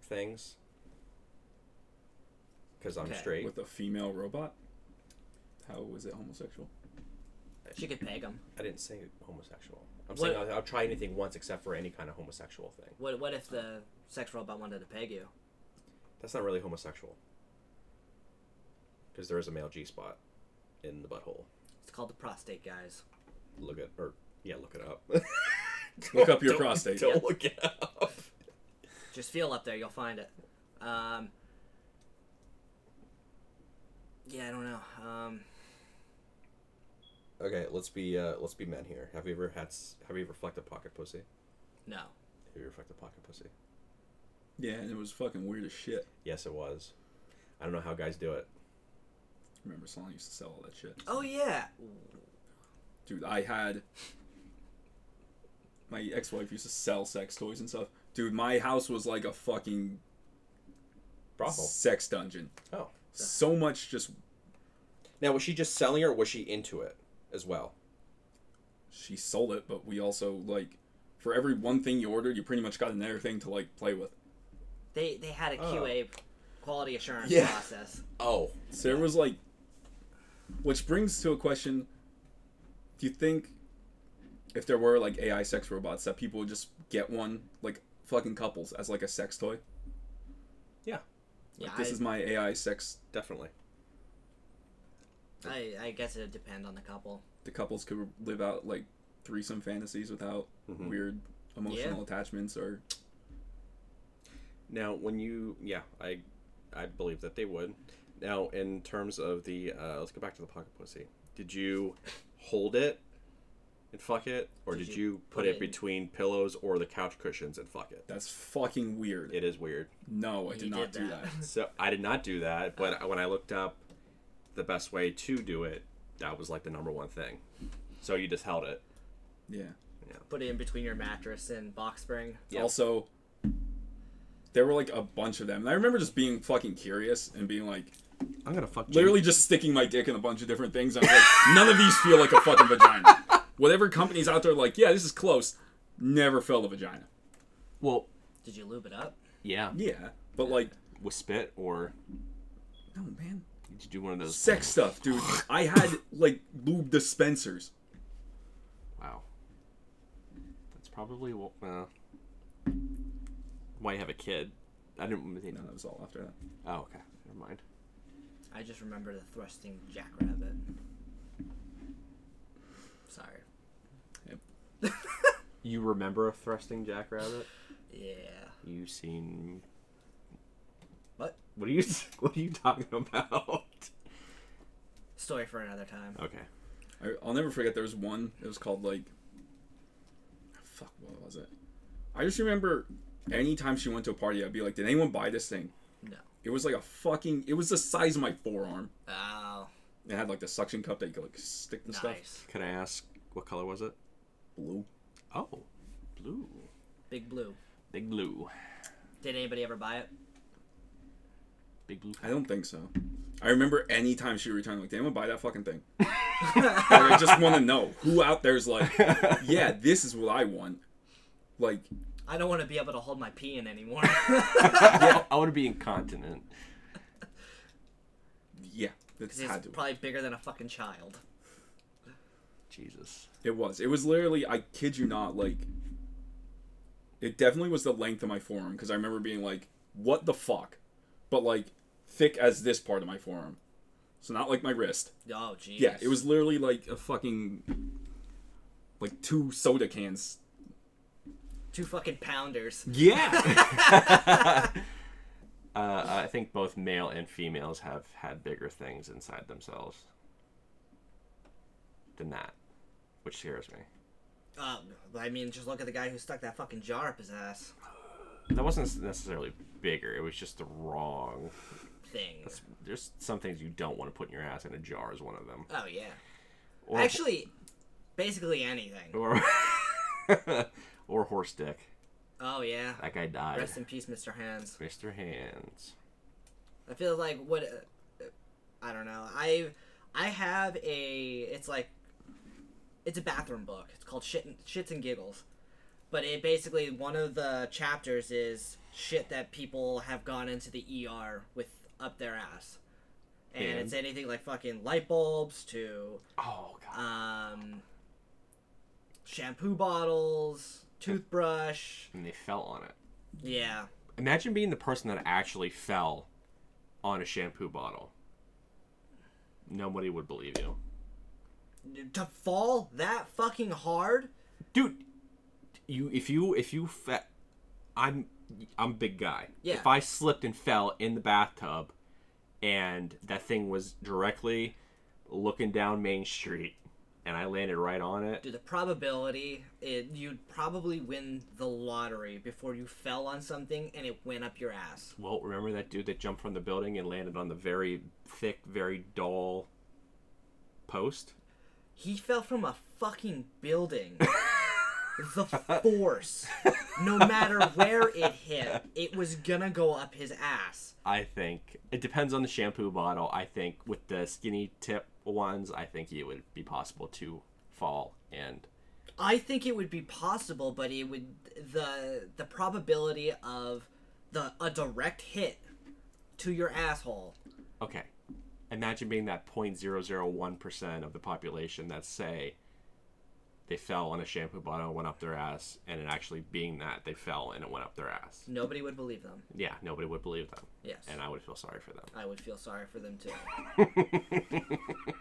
B: things because I'm
A: Okay.
B: straight.
D: with a female robot. How was it homosexual?
A: She could peg him.
B: I didn't say homosexual. I'm
A: What-
B: saying I'll, I'll try anything once except for any kind of homosexual thing.
A: What, what if the sex robot wanted to peg you?
B: That's not really homosexual because there is a male G spot in the butthole.
A: It's called the prostate, guys.
B: Look it or yeah, look it up.
D: Look up your
B: Don't-
D: prostate.
B: Don't look it up.
A: Just feel up there, you'll find it. Um, yeah, I don't know. Um,
B: Okay, let's be uh, let's be men here. Have you ever had s- have you ever fucked a pocket pussy?
A: no.
B: Have you ever fucked a pocket pussy?
D: Yeah, and it was fucking weird as shit.
B: Yes, it was. I don't know how guys do it.
D: Remember, Salon used to sell all that shit.
A: Oh, yeah.
D: Dude, I had my ex-wife used to sell sex toys and stuff. Dude, my house was like a fucking
B: Brothel.
D: sex dungeon.
B: Oh.
D: So much just
B: Now was she just selling it or was she into it as well?
D: she sold it, but we also like for every one thing you ordered, you pretty much got another thing to like play with.
A: They, they had a
B: Oh.
A: QA quality assurance
D: Yeah.
A: process.
B: Oh,
D: So there was like, which brings to a question: Do you think if there were like AI sex robots that people would just get one like fucking couples as like a sex toy?
A: Yeah,
D: This
A: I,
D: is my AI sex.
B: definitely.
A: I, I guess it'd depend on the couple.
D: The couples could live out like threesome fantasies without
B: Mhm.
D: weird emotional
A: Yeah.
D: attachments or
B: Now, when you yeah, I I believe that they would. Now, in terms of the uh, let's go back to the pocket pussy. Did you hold it and fuck it, or did,
A: Did
B: you,
A: you
B: put
A: put
B: it
A: it in-
B: between pillows or the couch cushions and fuck it?
D: that's fucking weird.
B: It is weird.
D: No, I
A: You
D: did not
A: did
D: do
A: that.
D: that.
B: So I did not do that, but when I looked up the best way to do it, that was like the number one thing. So you just held it.
D: Yeah.
A: Put it in between your mattress and box spring.
B: Yeah.
D: Also, there were like a bunch of them. And I remember just being fucking curious and being like,
B: I'm gonna fuck
D: literally just sticking my dick in a bunch of different things. I'm like, none of these feel like a fucking vagina. Whatever companies out there are like, yeah, this is close, never felt a vagina.
E: Well,
A: Did you lube it up?
E: yeah,
D: Yeah, but like,
E: with spit or
D: no man,
E: did you do one of those?
D: sex stuff, dude. I had like lube dispensers.
E: Wow, that's probably what. Uh, why you have a kid? I didn't.
D: No, that was all after that.
E: Oh, okay. Never mind.
A: I just remember the thrusting jackrabbit. Sorry.
E: You remember a thrusting jackrabbit?
A: Yeah.
E: You seen
A: What?
E: What are you? What are you talking about?
A: Story for another
D: Oh.
A: time.
E: Okay.
D: I, I'll never forget. There was one. It was called like, fuck, what was it? I just remember anytime she went to a party, I'd be like, did anyone buy this thing?
A: No.
D: It was like a fucking. It was the size of my forearm.
A: Oh,
D: It had like the suction cup that you could like stick the
A: nice.
D: stuff.
E: Can I ask what color was it?
D: Blue.
E: Oh, blue.
A: Big blue.
E: Big blue.
A: Did anybody ever buy it?
E: Big blue.
D: I don't think so. I remember any time she returned, like, damn, i buy that fucking thing. like, I just want to know who out there's like, yeah, this is what I want. Like,
A: I don't want to be able to hold my pee in anymore.
E: yeah, I want to be incontinent.
D: It's
A: Because he's
D: had to.
A: probably bigger than a fucking child.
C: Jesus.
D: It was. It was literally. I kid you not. Like, it definitely was the length of my forearm because I remember being like, "What the fuck?" But like, thick as this part of my forearm, so not like my wrist.
A: Oh, jeez.
D: Yeah, it was literally like a fucking, like two soda cans.
A: Two fucking pounders.
B: Yeah. uh, I think both male and females have had bigger things inside themselves than that, which scares me.
A: Uh, I mean, just look at the guy who stuck that fucking jar up his ass.
B: That wasn't necessarily bigger. It was just the wrong.
A: Thing.
B: There's some things you don't want to put in your ass, and a jar is one of them.
A: Oh, yeah.
B: Or,
A: Actually, basically anything.
B: or, or horse dick.
A: Oh, yeah.
B: That guy died.
A: Rest in peace, Mr. Hands.
B: Mr. Hands.
A: I feel like what uh, uh, I don't know. I I have a it's like it's a bathroom book. It's called Shit and, Shits and Giggles. But it basically one of the chapters is shit that people have gone into the ER with up their ass. And
B: And?
A: it's anything like fucking light bulbs to
B: Oh god.
A: um shampoo bottles, toothbrush.
B: And they fell on it.
A: Yeah.
B: Imagine being the person that actually fell on a shampoo bottle. Nobody would believe you.
A: To fall that fucking hard?
B: Dude, you if you if you fe- I'm I'm a big guy.
A: Yeah.
B: If I slipped and fell in the bathtub and that thing was directly looking down Main Street and I landed right on it.
A: Dude, the probability it, you'd probably win the lottery before you fell on something and it went up your ass.
B: Well, remember that dude that jumped from the building and landed on the very thick, very dull post?
A: He fell from a fucking building. the force, no matter where it hit, it was gonna go up his ass.
B: I think it depends on the shampoo bottle. I think with the skinny tip ones, I think it would be possible to fall and
A: I think it would be possible, but it would the the probability of the a direct hit to your asshole.
B: okay. Imagine being that 0.001% of the population that say they fell on a shampoo bottle and went up their ass and it actually being that they fell and it went up their ass.
A: Nobody would believe them.
B: Yeah, nobody would believe them.
A: Yes.
B: And I would feel sorry for them.
A: I would feel sorry for them too.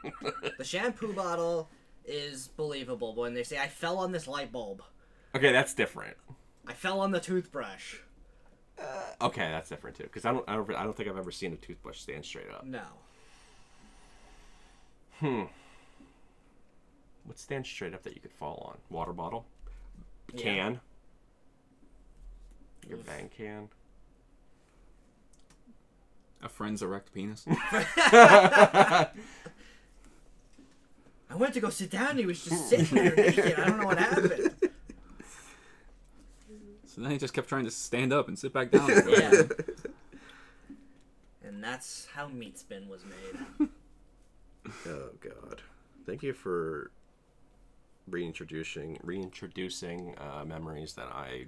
A: the shampoo bottle is believable when they say, I fell on this light bulb.
B: Okay, that's different.
A: I fell on the toothbrush.
B: Okay, that's different too cuz I don't I don't, I don't think I've ever seen a toothbrush stand straight up.
A: No.
B: What stands straight up that you could fall on? Water bottle?
A: Yeah.
B: Can? Your bang can?
D: A friend's erect penis.
A: I went to go sit down and he was just sitting there naked. I don't know what happened.
D: so then he just kept trying to stand up and sit back down.
A: Yeah. And that's how Meat Spin was made.
F: Oh God. Thank you for reintroducing. Re-
B: Reintroducing uh, memories that I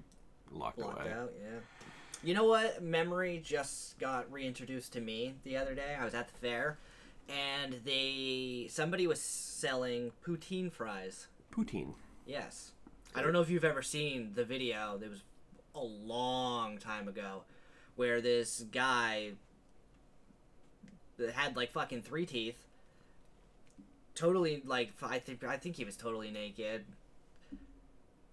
B: locked,
A: Blocked
B: away.
A: out, yeah. You know what? Memory just got reintroduced to me the other day. I was at the fair and they somebody was selling poutine fries.
B: Poutine.
A: Yes. I don't know if you've ever seen the video. There was a long time ago where this guy that had like fucking three teeth. Totally like f- I think I think he was totally naked.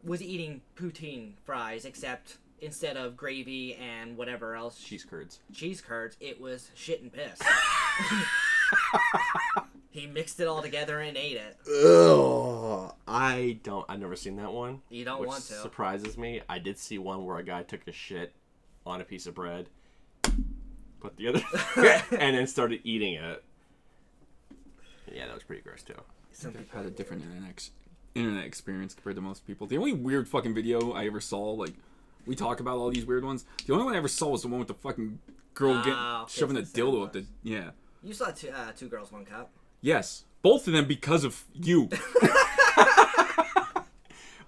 A: Was eating poutine fries except instead of gravy and whatever else
B: Cheese curds.
A: cheese curds, it was shit and piss. he mixed it all together and ate it.
B: Ugh, I don't. I've never seen that one.
A: You don't
B: which
A: want to.
B: surprises me. I did see one where a guy took a shit on a piece of bread, put the other, and then started eating it. Yeah, that was pretty gross too.
A: Some
D: I've
A: people
D: had a different internet ex- internet experience compared to most people. The only weird fucking video I ever saw, like we talk about all these weird ones. The only one I ever saw was the one with the fucking girl
A: Ah,
D: getting
A: okay,
D: shoving a
A: it's the same
D: dildo up the
A: ones.
D: yeah.
A: You saw two, uh, two girls, one cup.
D: Yes, both of them because of you.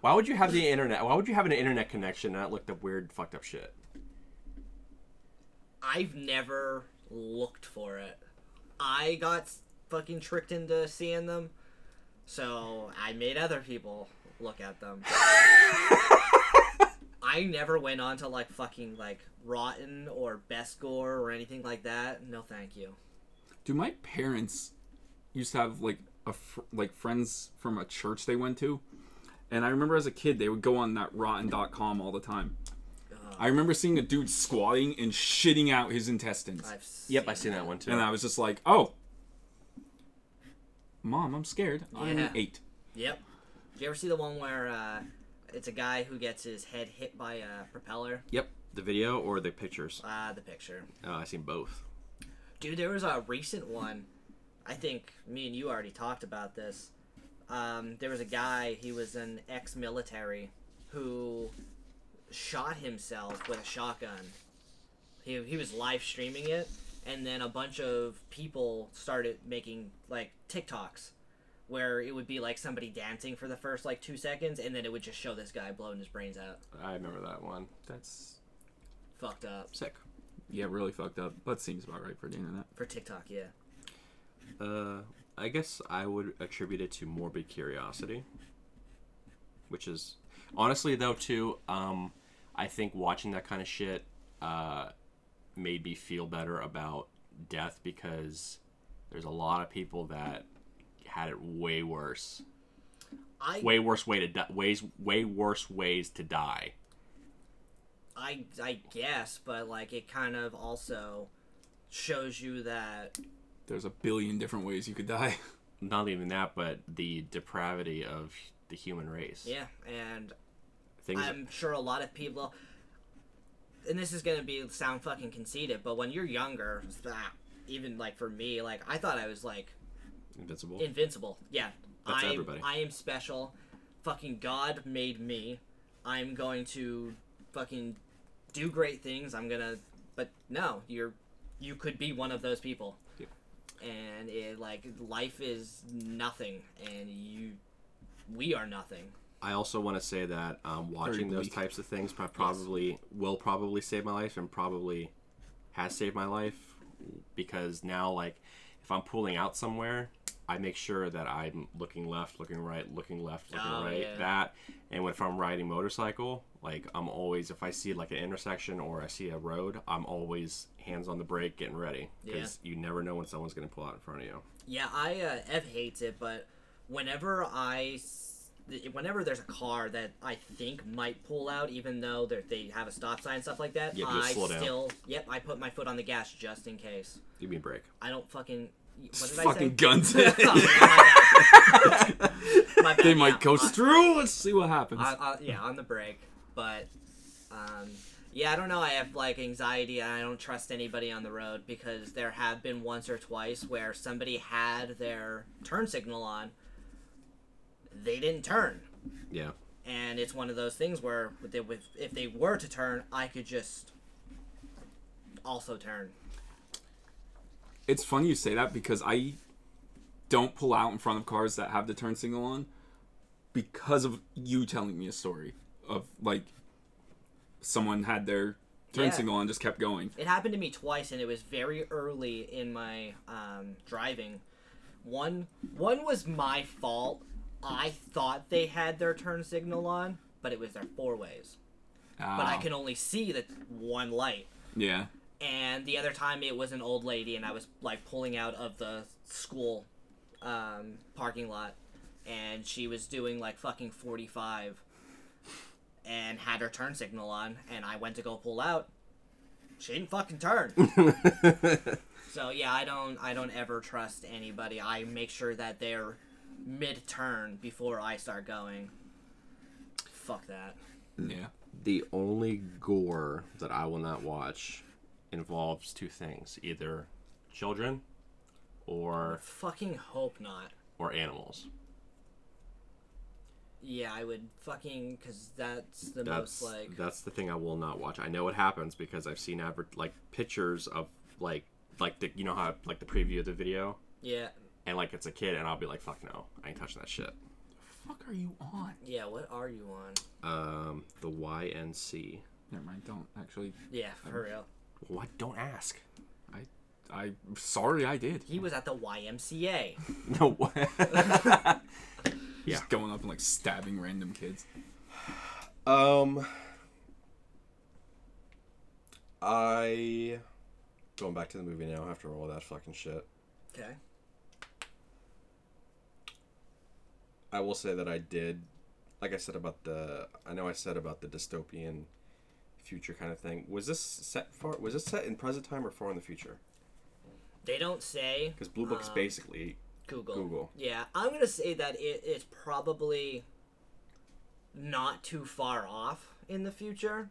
B: Why would you have the internet? Why would you have an internet connection and not look up weird, fucked up shit?
A: I've never looked for it. I got s- fucking tricked into seeing them, so I made other people look at them. I never went on to like fucking like Rotten or Best Gore or anything like that. No, thank you.
D: Do my parents used to have like a fr- like friends from a church they went to, and I remember as a kid they would go on that Rotten.com all the time. I remember seeing a dude squatting and shitting out his intestines,
A: I've
G: Yep, I seen that one too.
B: uh,
D: and I was just like, "Oh, mom, I'm scared. I'm
A: Yeah.
D: eight.
A: Yep. Did you ever see the one where uh, it's a guy who gets his head hit by a propeller?
B: Yep. The video or the pictures?
A: Ah, the picture.
B: Uh, I seen both.
A: Dude, there was a recent one. I think me and you already talked about this. Um, there was a guy, he was an ex military, who shot himself with a shotgun. He, he was live streaming it, and then a bunch of people started making, like, TikToks where it would be, like, somebody dancing for the first, like, two seconds, and then it would just show this guy blowing his brains out.
G: I remember that one. That's
A: Fucked up.
B: Sick.
D: Yeah, really fucked up. That seems about right for the internet.
A: For TikTok, yeah.
B: Uh, I guess I would attribute it to morbid curiosity, which is honestly though too. Um, I think watching that kind of shit uh, made me feel better about death because there's a lot of people that had it way worse,
A: I
B: way worse way to di- ways way worse ways to die.
A: I I guess, but like it kind of also shows you that
D: There's a billion different ways you could die.
B: Not even that, but the depravity of the human race.
A: yeah, Um, and
B: Things
A: I'm sure a lot of people and this is going to be sound fucking conceited, but when you're younger, that even like for me, like I thought I was like
B: invincible.
A: invincible. Yeah.
B: That's
A: I am-
B: everybody.
A: I am special. Fucking God made me. I'm going to fucking do great things. I'm going to but no, you're you could be one of those people.
B: Yep.
A: And it like life is nothing and you we are nothing.
B: I also want to say that um, watching those
D: bleak.
B: types of things prob- probably will probably save my life and probably has saved my life because now, like, if I'm pulling out somewhere, I make sure that I'm looking left, looking right, looking left, looking
A: Oh,
B: right.
A: yeah.
B: That, and when if I'm riding motorcycle, like I'm always if I see like an intersection or I see a road, I'm always hands on the brake, getting ready because you never know when someone's gonna pull out in front of you.
A: Yeah, I uh, Ev hates it, but whenever I, s- th- whenever there's a car that I think might pull out, even though they're- they have a stop sign and stuff like that,
B: Yeah, just
A: I
B: slow down.
A: still, yep, I put my foot on the gas just in case.
B: Give me a break.
A: I don't fucking. What did I say?
D: Fucking guns.
A: Oh, yeah, my bad. My bad,
D: they
A: yeah,
D: might go
A: I-
D: through. Let's see what happens.
A: I, I, yeah, on the break, but um, yeah, I don't know. I have like anxiety, and I don't trust anybody on the road because there have been once or twice where somebody had their turn signal on, they didn't turn,
B: Yeah.
A: and it's one of those things where with they, with, if they were to turn, I could just also turn.
D: It's funny you say that because I don't pull out in front of cars that have the turn signal on because of you telling me a story of like someone had their turn
A: Yeah.
D: signal on and just kept going.
A: It happened to me twice, and it was very early in my um, driving. One one was my fault. I thought they had their turn signal on, but it was their four ways. But I
D: Ah,
A: can only see the one light.
D: yeah.
A: And the other time, it was an old lady, and I was like pulling out of the school um, parking lot, and she was doing like fucking forty five, and had her turn signal on, and I went to go pull out. She didn't fucking turn. So yeah, I don't I don't ever trust anybody. I make sure that they're mid turn before I start going. Fuck that.
D: Yeah.
B: the only gore that I will not watch involves two things: either children or
A: Fucking hope not.
B: or animals.
A: Yeah, I would fucking cuz that's the
B: That's
A: most like
B: that's the thing I will not watch. I know it happens because I've seen advert like pictures of like like the you know how like the preview of the video
A: yeah.
B: and like it's a kid and I'll be like fuck no I ain't touching that shit.
D: fuck are you on?
A: Yeah, what are you on?
B: Um, the YNC.
D: Never mind. Don't actually.
A: Yeah, for real.
B: What? Don't ask.
D: I
H: I sorry I did.
A: He was at the YMCA.
H: No. way.
D: Just going up and like stabbing random kids.
B: Um, I going back to the movie now after all that fucking shit.
A: Okay.
B: I will say that I did, like I said about the, I know I said about the dystopian future kind of thing. Was this set far? Was this set in present time or far in the future?
A: They don't say
B: Because Blue Book is
A: Um,
B: basically
A: Google.
B: Google.
A: Yeah, I'm gonna say that it, it's probably not too far off in the future.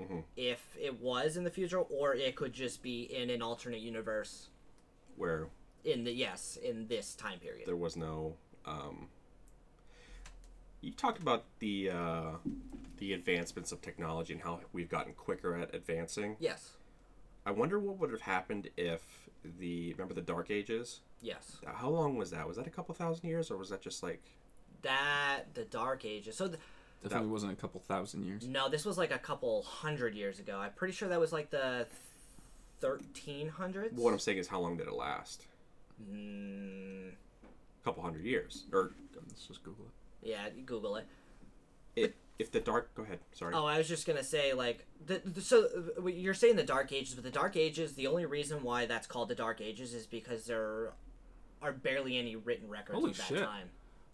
B: Mhm.
A: If it was in the future, or it could just be in an alternate universe.
B: where
A: In the yes, in this time period.
B: there was no. Um, you talked about the uh, the advancements of technology and how we've gotten quicker at advancing.
A: Yes,
B: I wonder what would have happened if the remember the Dark Ages.
A: yes.
B: How long was that? Was that a couple thousand years, or was that just like
A: That the Dark Ages. So th-
D: Definitely wasn't a couple thousand years.
A: no, this was like a couple hundred years ago. I'm pretty sure that was like the 1300s.
B: what I'm saying is how long did it last?
A: Mm,
B: A couple hundred years, or
H: Let's just Google it.
A: yeah, Google it.
B: if, if the Dark. Go ahead. Sorry.
A: Oh, I was just gonna say like the, the so uh, you're saying the Dark Ages, but the Dark Ages. The only reason why that's called the Dark Ages is because there are barely any written records
D: Holy
A: of that
D: shit.
A: time.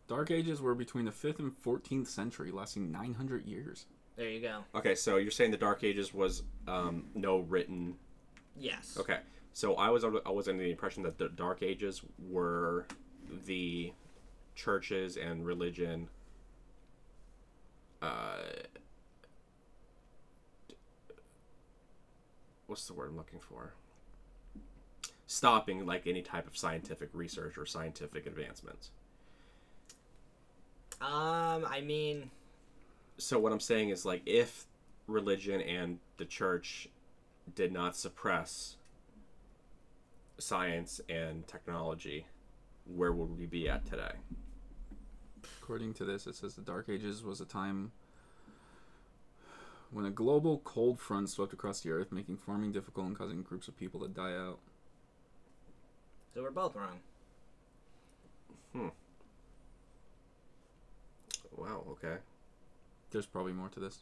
D: Dark Ages were between the 5th and 14th century, lasting 900 years.
A: There you go.
B: Okay, so you're saying the Dark Ages was um, no written.
A: Yes.
B: Okay, so I was under- I was under the impression that the Dark Ages were the churches and religion. Uh, what's the word I'm looking for? Stopping like any type of scientific research or scientific advancements.
A: Um, I mean,
B: so what I'm saying is like if religion and the church did not suppress science and technology, where would we be at today?
D: According to this, it says the Dark Ages was a time when a global cold front swept across the earth, making farming difficult and causing groups of people to die out.
A: so we're both wrong.
B: Wow, okay.
D: There's probably more to this.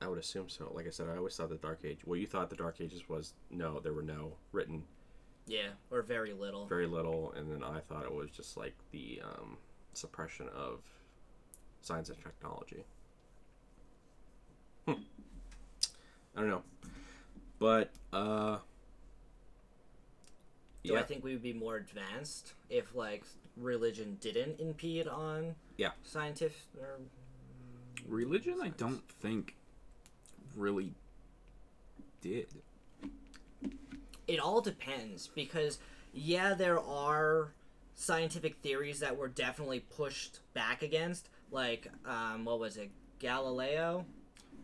B: I would assume so. Like I said, I always thought the Dark Age. Well, you thought the Dark Ages was no, there were no written,
A: Yeah, or very little.
B: very little, and then I thought it was just like the um, suppression of science and technology. Hmm. I don't know, but uh,
A: Do I
B: yeah.
A: think we would be more advanced if like religion didn't impede on
B: Yeah.
A: scientific or
D: Religion, I don't think really did.
A: it all depends because yeah there are scientific theories that were definitely pushed back against like um, what was it galileo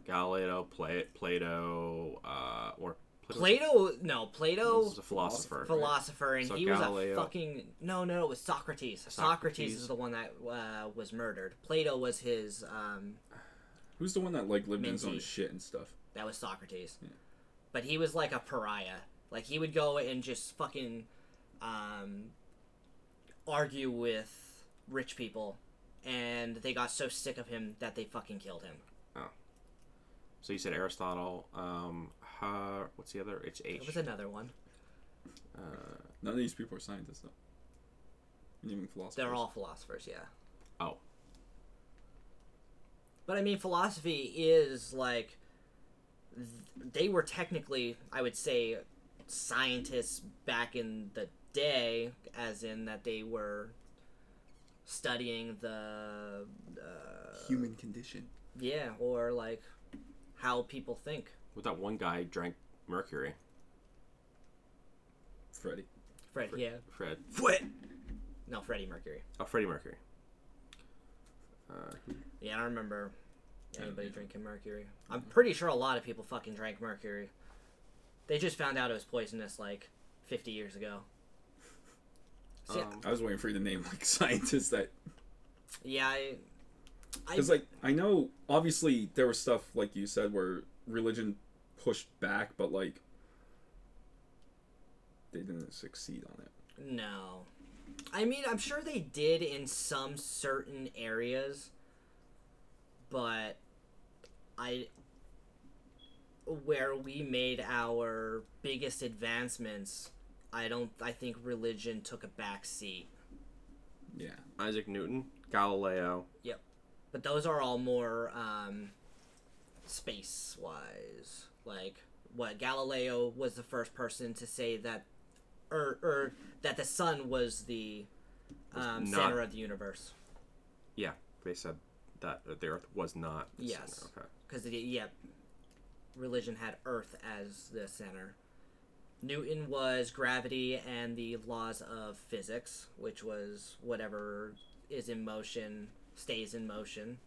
B: Galileo, Pla- Plato, uh, or Plato.
A: plato no
B: was
A: plato
B: a philosopher.
A: philosopher and
B: So
A: he
B: Galileo-
A: was a fucking no no it was socrates socrates,
B: Socrates.
A: is the one that uh, was murdered plato was his um,
D: Who's the one that like lived in his own
A: Minty.
D: shit and stuff?
A: That was Socrates. But he was like a pariah. Like he would go and just fucking um, argue with rich people, and they got so sick of him that they fucking killed him.
B: So you said Aristotle. Um, ha, what's the other? It's
A: It
B: H.
A: was another one.
B: uh,
D: None of these people are scientists, though. And even philosophers.
A: They're all philosophers, yeah.
B: oh,
A: But I mean, philosophy is like th- they were technically, I would say, scientists back in the day, as in that they were studying the uh,
D: human condition.
A: yeah, or like how people think.
B: with that one guy drank mercury.
D: Freddy.
A: Fred, yeah,
B: Fred.
A: Fred. No, Freddie Mercury.
B: Oh, Freddie Mercury. Uh,
A: Yeah, I don't remember
D: don't
A: anybody
D: either.
A: drinking mercury. I'm pretty sure a lot of people fucking drank mercury. They just found out it was poisonous like 50 years ago. See,
B: um,
D: I was waiting for you to name like scientists that
A: Yeah, I, I
D: Because, like, I know obviously there was stuff, like you said, where religion pushed back, but, like, they didn't succeed on it.
A: No. I mean, I'm sure they did in some certain areas, but I where we made our biggest advancements, I don't I think religion took a back seat.
D: Yeah.
B: Isaac Newton, Galileo.
A: But those are all more um space wise. Like what Galileo was the first person to say that or or that the sun was the
B: Was
A: um,
B: not-
A: center of the universe.
B: Yeah, they said that, that the Earth was not. the
A: Yes.
B: center. Okay.
A: because yeah, religion had Earth as the center. Newton was gravity and the laws of physics, which was whatever is in motion stays in motion.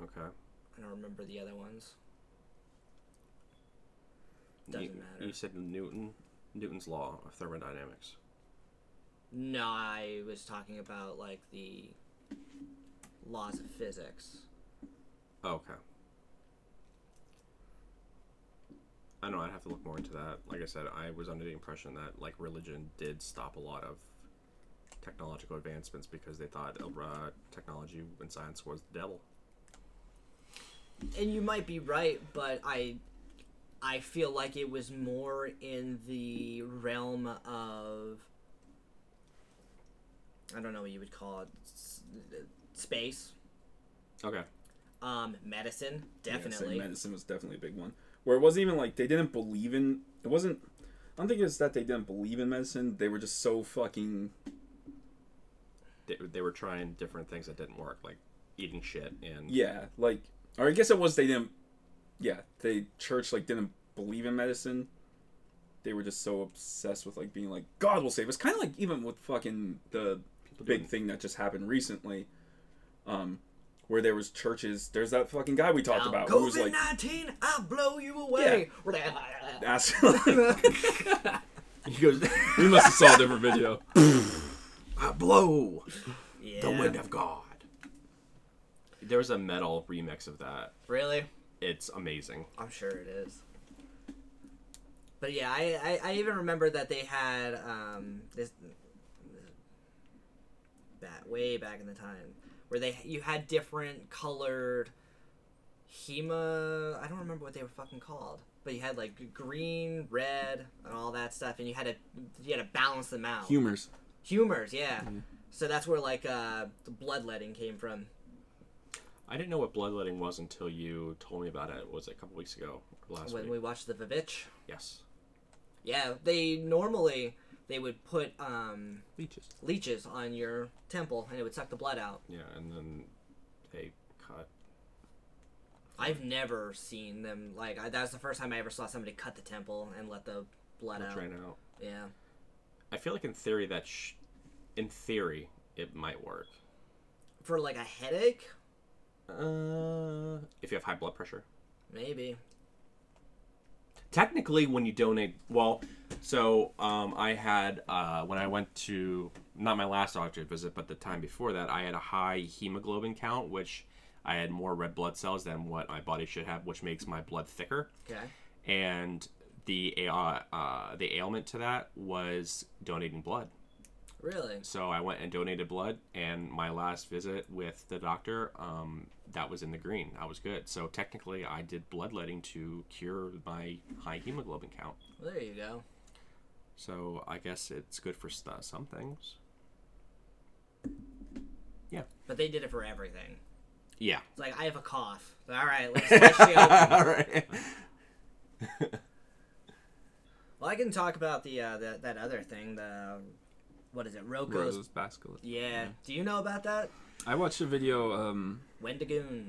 B: Okay.
A: I don't remember the other ones.
B: You-
A: Doesn't matter.
B: You said Newton, Newton's law of thermodynamics.
A: No, I was talking about like the laws of physics.
B: Oh, okay. I don't know. I'd have to look more into that. Like I said, I was under the impression that like religion did stop a lot of technological advancements because they thought uh, technology and science was the devil.
A: and you might be right, but I I feel like it was more in the realm of I don't know what you would call it s- uh, space,
B: Okay.
A: um, medicine, definitely.
D: Yeah, so medicine was definitely a big one. Where it wasn't even like they didn't believe in it wasn't I don't think it's that they didn't believe in medicine. They were just so fucking
B: They, they were trying different things that didn't work, like eating shit and
D: yeah, like or I guess it was they didn't yeah, they church like didn't believe in medicine. They were just so obsessed with like being like God will save us. Kind of like even with fucking the
B: people
D: big
B: doing-
D: thing that just happened recently um where there was churches. There's that fucking guy we talked about who was
A: COVID
D: like
A: nineteen, I'll blow you away.
D: ass
B: He goes,
D: We must have saw a different video.
B: I blow
A: yeah.
B: the wind of God. There was a metal remix of that.
A: Really?
B: It's amazing.
A: I'm sure it is. But yeah, I, I, I even remember that they had um, this that way back in the time where they you had different colored hema. I don't remember what they were fucking called, but you had like g- green, red, and all that stuff, and you had to you had to balance them out.
D: Humors.
A: Humors, yeah. So that's where like uh, the bloodletting came from.
B: I didn't know what bloodletting was until you told me about it. Was it a couple weeks ago or last
A: when
B: week?
A: we watched the Vivitch.
B: yes.
A: Yeah, they normally they would put um,
I: Leeches.
A: leeches on your temple and it would suck the blood out.
B: Yeah, and then they cut.
A: I've never seen them like I, that was the first time I ever saw somebody cut the temple and let the blood
B: the
A: out.
B: drain out.
A: Yeah.
B: I feel like in theory that, sh- in theory, it might work.
A: For like a headache,
B: Uh, if you have high blood pressure.
A: maybe.
B: technically when you donate well so um, i had uh, when i went to not my last doctor visit but the time before that i had a high hemoglobin count which i had more red blood cells than what my body should have which makes my blood thicker
A: Okay.
B: and the uh, uh, the ailment to that was donating blood
A: Really?
B: so i went and donated blood and my last visit with the doctor um, that was in the green i was good so technically i did bloodletting to cure my high hemoglobin count
A: Well, there you go.
B: so I guess it's good for st- some things.
A: But they did it for everything.
B: Yeah.
A: It's like I have a cough. All right, let's switch you over.
B: right.
A: Well, I can talk about the uh, that that other thing. The what is it? Roko's.
I: Rose's basilisk.
A: Yeah. Do you know about that?
D: I watched a video. Um,
A: Wendigoon.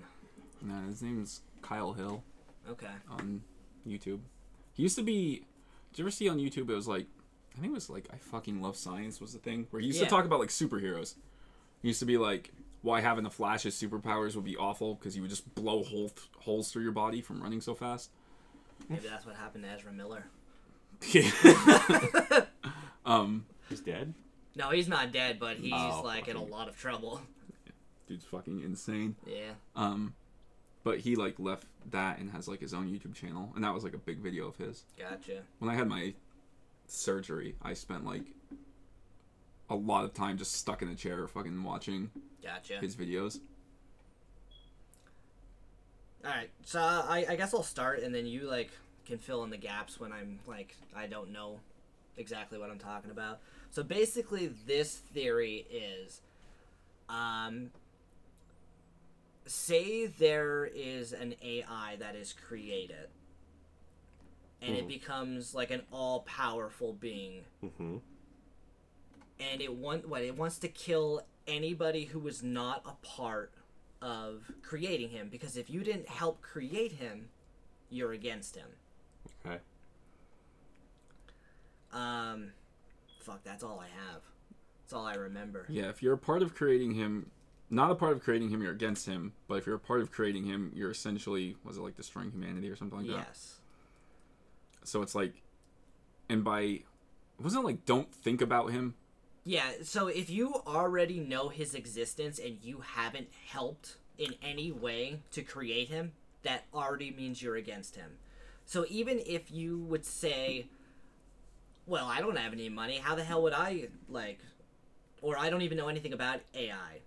D: no, his name's Kyle Hill
A: Okay.
D: on YouTube. He used to be. Did you ever see on YouTube? It was like, I think it was like I fucking love science was the thing where he used
A: Yeah.
D: to talk about like superheroes. He used to be like, why having the Flash's superpowers would be awful because he would just blow hole holes through your body from running so fast.
A: Maybe that's what happened to Ezra Miller.
D: um,
B: He's dead.
A: No, he's not dead, but he's
B: Oh,
A: like in a lot of trouble.
D: dude's fucking insane.
A: Yeah.
D: Um, but he like left that and has like his own YouTube channel, and that was like a big video of his.
A: Gotcha.
D: when I had my surgery, I spent like a lot of time just stuck in a chair, fucking watching
A: Gotcha.
D: his videos.
A: All right, so I, I guess I'll start, and then you like can fill in the gaps when I'm like I don't know exactly what I'm talking about. So basically, this theory is, um, say there is an AI that is created, and it becomes like an all-powerful being,
B: Mm-hmm.
A: and it want what it wants to kill anybody who was not a part of creating him because if you didn't help create him, you're against him.
B: Okay.
A: Um, fuck, that's all I have. That's all I remember.
D: Yeah, if you're a part of creating him, not a part of creating him, you're against him. But if you're a part of creating him, you're essentially was it like destroying humanity or something like that?
A: Yes.
D: So it's like, and by wasn't it like don't think about him.
A: Yeah, so if you already know his existence and you haven't helped in any way to create him, that already means you're against him. So even if you would say, well, I don't have any money, how the hell would I, like, or I don't even know anything about AI,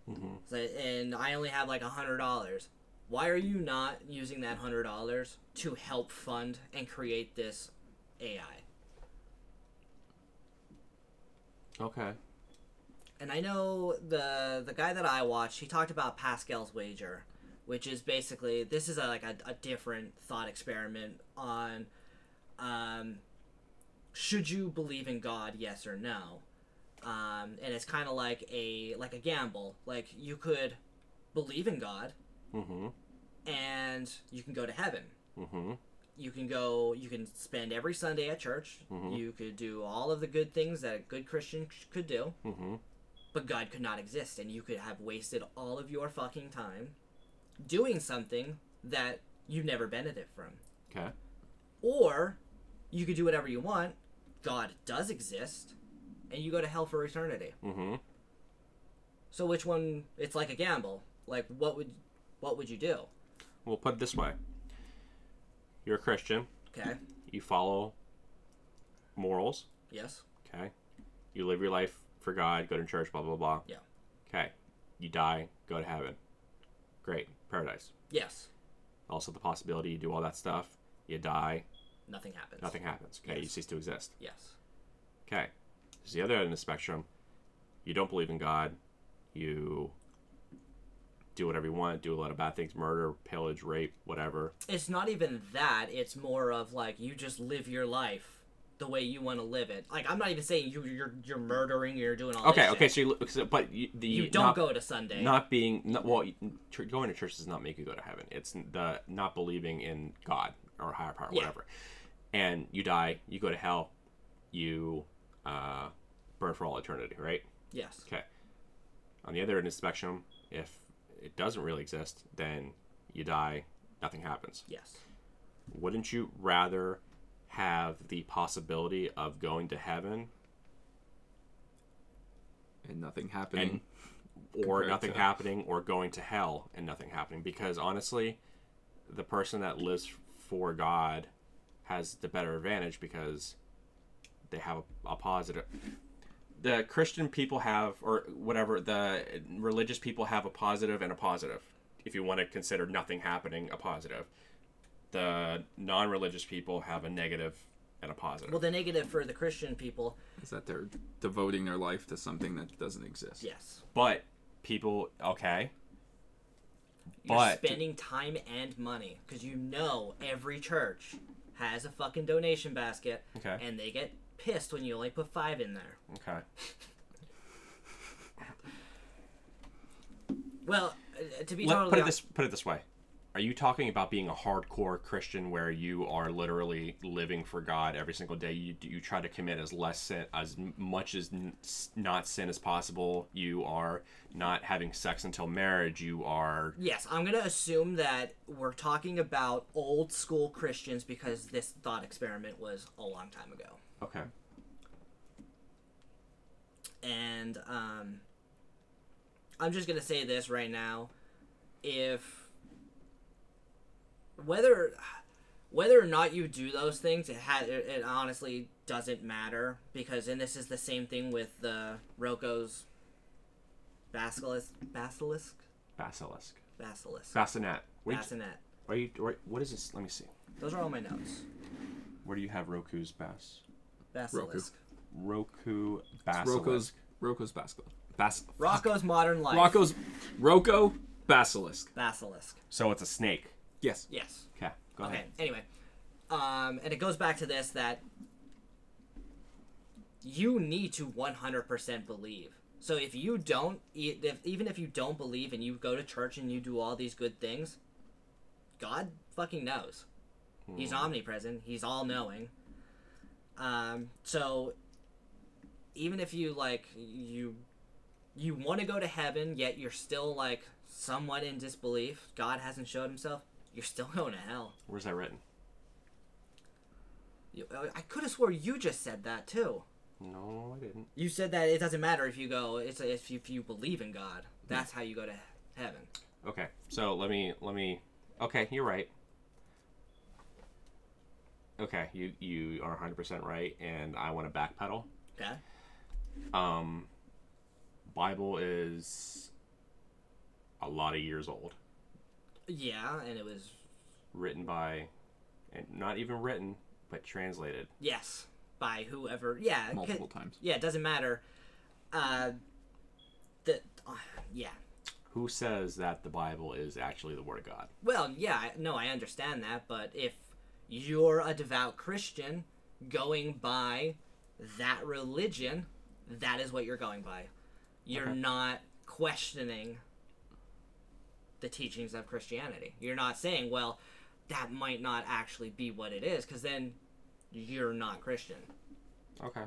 A: so, and I only have like a $100, why are you not using that $100 to help fund and create this AI?
B: Okay.
A: and I know the the guy that I watched, he talked about Pascal's wager, which is basically this is a, like a, a different thought experiment on, um, should you believe in God, yes or no, um, and it's kind of like a like a gamble. Like you could believe in God,
B: Mm-hmm.
A: and you can go to heaven.
B: Mm-hmm.
A: You can go. You can spend every Sunday at church. You could do all of the good things that a good Christian sh- could do
B: Mm-hmm.
A: but God could not exist, and you could have wasted all of your fucking time doing something that you've never benefited from.
B: Okay.
A: Or you could do whatever you want, God does exist, and you go to hell for eternity.
B: Mm-hmm.
A: So which one it's like a gamble. Like what would what would you do?
B: We'll put it this way. You're a Christian.
A: Okay.
B: You follow morals.
A: Yes.
B: Okay. You live your life for God, go to church, blah, blah, blah.
A: Yeah.
B: Okay. You die, go to heaven. Great. Paradise.
A: Yes.
B: Also, the possibility you do all that stuff, you die,
A: Nothing happens.
B: nothing happens. Okay. You
A: Yes.
B: cease to exist.
A: Yes.
B: Okay. There's the other end of the spectrum. You don't believe in God. You do whatever you want, do a lot of bad things murder, pillage, rape, whatever.
A: It's not even that, it's more of like you just live your life the way you want to live it. Like I'm not even saying you you're you're murdering, you're doing all this
B: Okay.
A: shit.
B: Okay. So, you, so- but you, the.
A: you don't
B: not-
A: go to Sunday.
B: Not being not, well, tr- going to church does not make you go to heaven. It's the not believing in God or higher power,
A: Yeah.
B: whatever. And you die, you go to hell, you uh, burn for all eternity, right?
A: yes.
B: Okay. On the other end of the spectrum, if it doesn't really exist, then you die, nothing happens.
A: Yes.
B: Wouldn't you rather have the possibility of going to heaven
D: and nothing happening.
B: And- or
D: Compared
B: nothing
D: to-
B: happening or going to hell and nothing happening because honestly the person that lives for god has the better advantage because they have a, a positive the christian people have or whatever the religious people have a positive and a positive if you want to consider nothing happening a positive the non-religious people have a negative and a positive
A: Well, the negative for the Christian people,
D: is that they're devoting their life to something that doesn't exist.
A: yes.
B: but people okay
A: You're
B: But-
A: spending time and money because you know every church has a fucking donation basket
B: okay
A: and they get pissed when you only put five in there.
B: okay
A: Well, uh, to be
B: Let-
A: totally
B: put it
A: hon-
B: this put it this way. Are you talking about being a hardcore Christian where you are literally living for God every single day? You you try to commit as less sin, as m- much as n- s- not sin as possible. You are not having sex until marriage. You are
A: Yes, I'm gonna assume that we're talking about old school Christians because this thought experiment was a long time ago.
B: okay.
A: and um, I'm just gonna say this right now: if whether whether or not you do those things, it ha- it, it honestly doesn't matter because and this is the same thing with the Roko's basilisk basilisk
F: Basilisk.
A: basilisk
F: Bassinet. Wait,
A: bassinet.
F: are you? Wait, what is this? Let me see.
A: Those are all my notes.
F: Where do you have Roku's bass?
A: Basilisk.
F: Roku basilisk.
C: Rocco's Rocco's basilisk. Bas-
A: Rocco's modern life.
C: Rocco's Rocco basilisk.
A: basilisk.
F: So it's a snake.
C: Yes.
A: Yes.
F: Okay, go
A: Okay.
F: ahead.
A: Anyway, um, and it goes back to this that you need to 100% believe. So if you don't, e- if, even if you don't believe and you go to church and you do all these good things, God fucking knows. He's
F: Hmm.
A: omnipresent. He's all knowing. Um, so even if you like you you want to go to heaven, yet you're still like somewhat in disbelief. God hasn't showed himself. You're still going to hell.
F: Where's that written?
A: You, uh, I could have swore you just said that too.
F: No, I didn't.
A: You said that it doesn't matter if you go. It's if you, if you believe in God,
D: Hmm.
A: that's how you go to heaven.
F: Okay, so let me let me. Okay, you're right. Okay, you you are 100 percent right, and I want to backpedal.
A: Okay.
F: Um, Bible is a lot of years old,
A: Yeah, and it was
F: written by, and not even written, but translated.
A: yes by whoever. Yeah. 'cause-
D: multiple times.
A: Yeah, it doesn't matter. Uh, the uh, yeah.
F: Who says that the Bible is actually the Word of God?
A: Well, yeah, I- no, I understand that, but if you're a devout Christian going by that religion, that is what you're going by. You're not questioning the teachings of Christianity. You're not saying, well, that might not actually be what it is, because then you're not Christian.
F: Okay.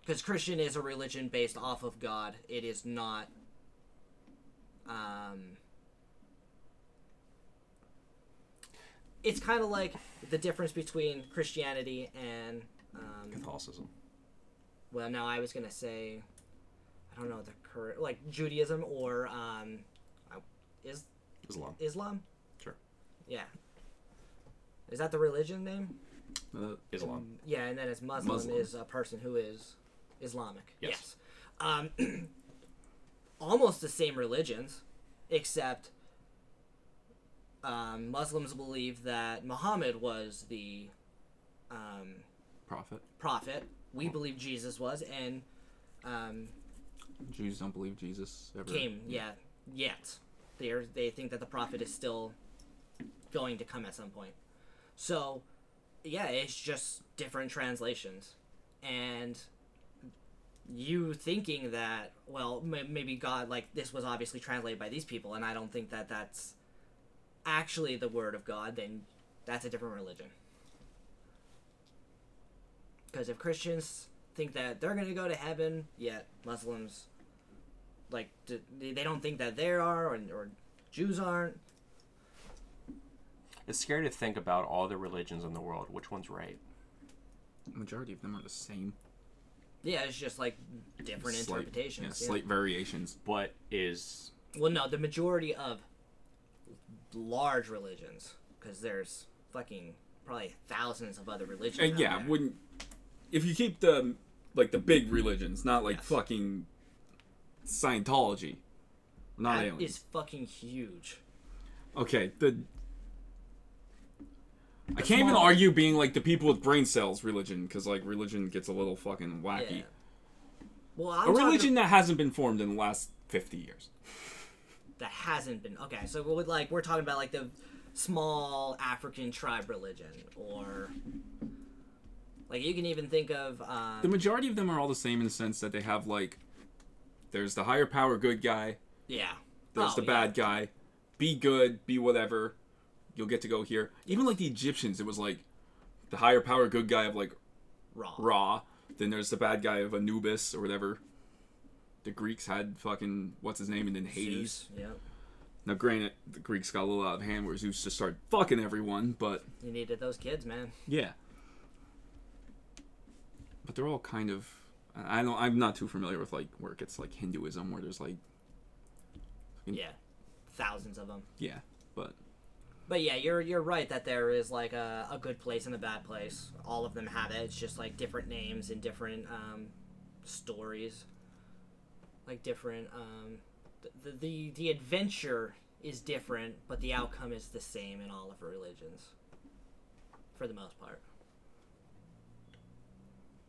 A: Because Christian is a religion based off of God. It is not. Um, it's kind of like the difference between Christianity and. Um,
F: Catholicism.
A: well, no, I was going to say. I don't know the current. Like Judaism or. Um, I- is
F: Islam.
A: Islam?
F: Sure.
A: Yeah. Is that the religion name?
D: Uh,
F: Islam.
A: Yeah, and then it's Muslim,
D: Muslim.
A: is a person who is Islamic. Yes.
F: Yes.
A: Um, almost the same religions, except um, Muslims believe that Muhammad was the um,
C: Prophet.
A: prophet. We believe Jesus was, and um,
D: Jews don't believe Jesus ever
A: came. Yeah, yet they are they think that the prophet is still going to come at some point. So, yeah, it's just different translations, and you thinking that well may- maybe God like this was obviously translated by these people, and I don't think that that's actually the word of God. Then that's a different religion. Because if Christians think that they're going to go to heaven, yet Muslims like d- they they don't think that they are or, or Jews aren't.
F: It's scary to think about all the religions in the world. Which one's right?
D: Majority of them are the same.
A: Yeah, it's just like different
D: Slight- yeah,
A: interpretations. yeah.
D: slight variations.
F: What is
A: Well, no, the majority of large religions, because there's fucking probably thousands of other religions.
D: And
A: out
D: yeah,
A: there.
D: wouldn't if you keep the like the big religions, not like
A: Yes.
D: fucking Scientology, not
A: That
D: aliens.
A: is fucking huge.
D: Okay, the. I can't even
A: small-
D: argue being like the people with brain cells religion because like religion gets a little fucking wacky.
A: Yeah. Well,
D: A
A: I'm
D: religion that hasn't been formed in the last fifty years.
A: that hasn't been okay. So we would like we're talking about like the small African tribe religion, or like you can even think of um,
D: The majority of them are all the same in the sense that they have like, there's the higher power good guy,
A: yeah.
D: there's
A: Oh,
D: the
A: yeah.
D: bad guy. Be good, be whatever. You'll get to go here. Even like the Egyptians, it was like the higher power good guy of like
A: Raw.
D: Ra. Then there's the bad guy of Anubis or whatever. The Greeks had fucking what's his name, and then Hades.
A: Zeus, Yeah.
D: Now, granted, the Greeks got a little out of hand where Zeus just started fucking everyone, but
A: You needed those kids, man.
D: yeah. But they're all kind of. I I don't. I'm not too familiar with like where it gets like Hinduism, where there's like
A: Yeah. Thousands of them.
D: yeah, but
A: But yeah, you're you're right that there is like a, a good place and a bad place. All of them have it. It's just like different names and different um, stories, like different. Um, th- the, the the adventure is different, but the outcome is the same in all of religions, for the most part.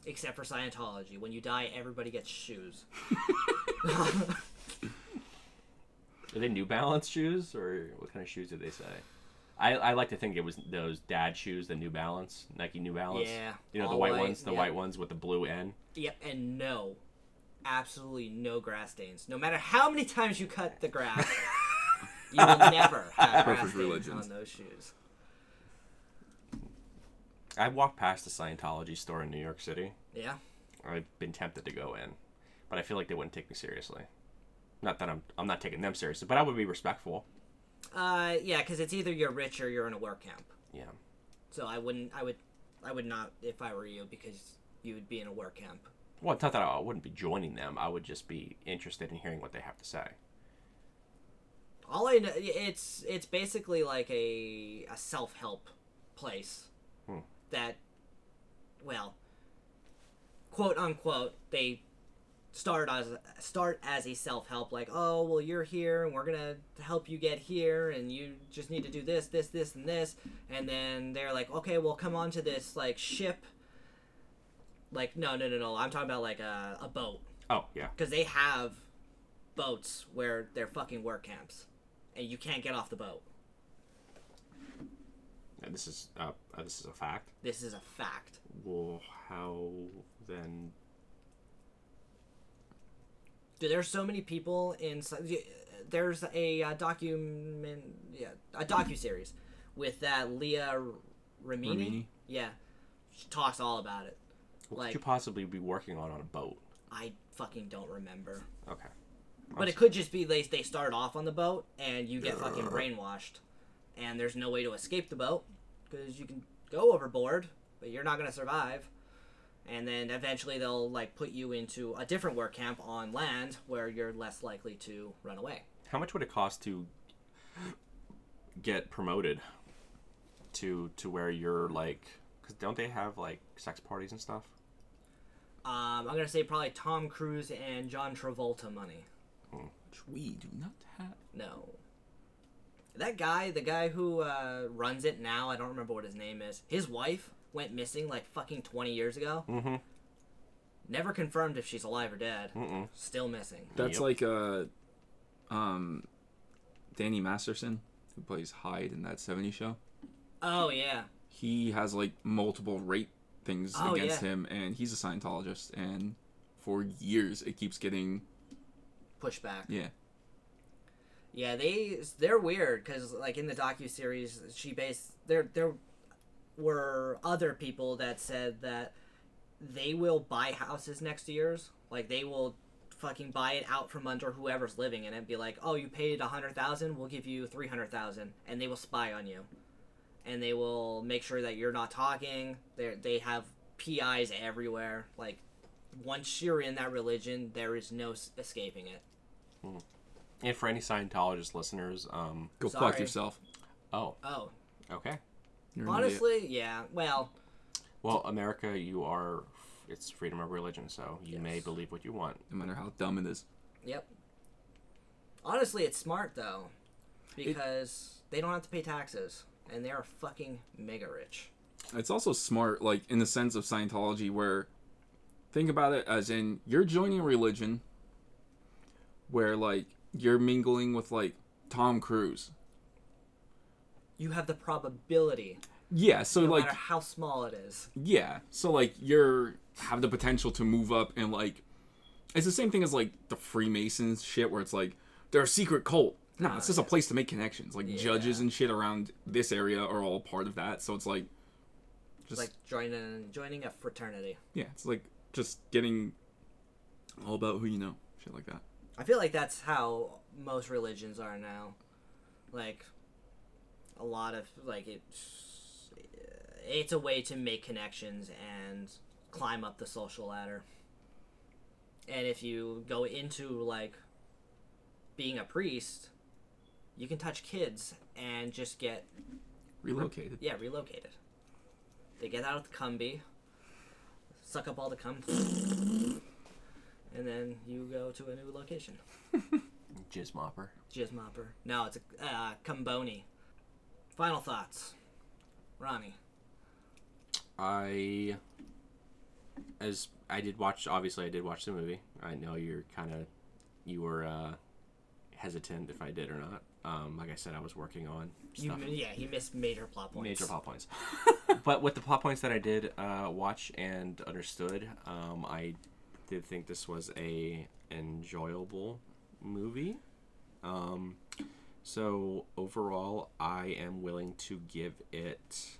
A: Except for Scientology, when you die, everybody gets shoes.
B: Are they New Balance shoes or what kind of shoes did they say? I, I like to think it was those dad shoes, the New Balance, Nike New Balance.
A: Yeah,
B: You know the
A: all
B: white
A: white,
B: ones, the
A: yeah.
B: white ones with the blue N.
A: Yep, and no, absolutely no grass stains. No matter how many times you cut the grass, you will never have grass
D: Perfect
A: stains
D: religions.
A: on those shoes.
B: I walked past the Scientology store in New York City.
A: Yeah,
B: I've been tempted to go in, but I feel like they wouldn't take me seriously. Not that I'm I'm not taking them seriously, but I would be respectful.
A: uh, yeah, because it's either you're rich or you're in a work camp.
B: Yeah.
A: So I wouldn't, I would, I would not if I were you because you would be in a work camp.
B: Well, it's not that I wouldn't be joining them. I would just be interested in hearing what they have to say.
A: All I know, it's it's basically like a a self help place
B: Hmm.
A: that, well, quote unquote, they start as start as a self help. Like, oh well, you're here, and we're gonna help you get here, and you just need to do this, this, this, and this, and then they're like, okay, well, come on to this like ship. Like no no no no, I'm talking about like a, a boat
B: Oh yeah.
A: because they have boats where they're fucking work camps, and you can't get off the boat.
B: And this is uh, uh, this is a fact.
A: This is a fact.
B: Well, how then?
A: Dude, there's so many people in. so- y- There's a uh, document, yeah, a docu series with that Leah R- Remini.
D: Remini?
A: Yeah, she talks all about it.
B: What
A: Like-
B: could you possibly be working on on a boat?
A: I fucking don't remember,
B: Okay.
A: but it could just be they they start off on the boat and you get fucking brainwashed, and there's no way to escape the boat because you can go overboard, but you're not gonna survive. and then eventually they'll like put you into a different work camp on land where you're less likely to run away.
B: How much would it cost to get promoted to to where you're like? Because don't they have like sex parties and stuff?
A: Um, I'm gonna say probably Tom Cruise and John Travolta money.
D: Which we do not have.
A: No, that guy, the guy who uh, runs it now, I don't remember what his name is. His wife went missing like fucking 20 years ago.
B: Mm-hmm.
A: Never confirmed if she's alive or dead.
B: Mm-mm.
A: Still missing.
D: That's
B: Yep.
D: like uh, um, Danny Masterson, who plays Hyde in that '70s show.
A: Oh yeah,
D: He has like multiple rape things
A: Oh,
D: against
A: yeah.
D: him, and he's a Scientologist. And for years, it keeps getting
A: pushback.
D: yeah.
A: Yeah, they they're weird because like in the docu series, she based there there were other people that said that they will buy houses next to yours, like they will fucking buy it out from under whoever's living in it, be like, oh, you paid a hundred thousand, we'll give you three hundred thousand, and they will spy on you, and they will make sure that you're not talking. They they have PIs everywhere. Like once you're in that religion, there is no s- escaping it.
B: And for any Scientologist listeners, um,
D: Go
A: Sorry.
D: fuck yourself.
B: oh,
A: Oh,
B: okay.
D: You're an idiot.
A: honestly, yeah. Well.
B: Well, America, you are. It's freedom of religion, so you may
A: Yes.
B: believe what you want.
D: no matter how dumb it is.
A: Yep. Honestly, it's smart though, because they don't have to pay taxes and they are fucking mega rich.
D: It's also smart, like in the sense of Scientology, where think about it as in you're joining a religion where like you're mingling with like Tom Cruise.
A: You have the probability,
D: Yeah, so
A: no
D: like
A: matter how small it is.
D: yeah, so like you're have the potential to move up and like it's the same thing as like the Freemasons shit where it's like they're a secret cult. Nah, it's just a place to make connections. Like judges and shit around this area are all part of that. So it's like
A: It's
D: just
A: like joining joining a fraternity.
D: yeah, it's like just getting all about who you know, shit like that.
A: I feel like that's how most religions are now. Like a lot of like it's it's a way to make connections and climb up the social ladder. And if you go into like being a priest, you can touch kids and just get
J: Relocated.
A: yeah relocated. They get out of the cumby, suck up all the cum, and then you go to a new location.
B: Jizz mopper.
A: Jizz mopper. No, it's a uh, cumboni. Final thoughts, Ronnie.
B: I as I did watch obviously I did watch the movie. I know you're kind of you were uh hesitant if I did or not. Um like I said I was working on
A: You,
B: stuff
A: yeah, he missed major plot points.
B: major plot points. but with the plot points that I did uh watch and understood, um I did think this was a enjoyable movie. Um so overall I am willing to give it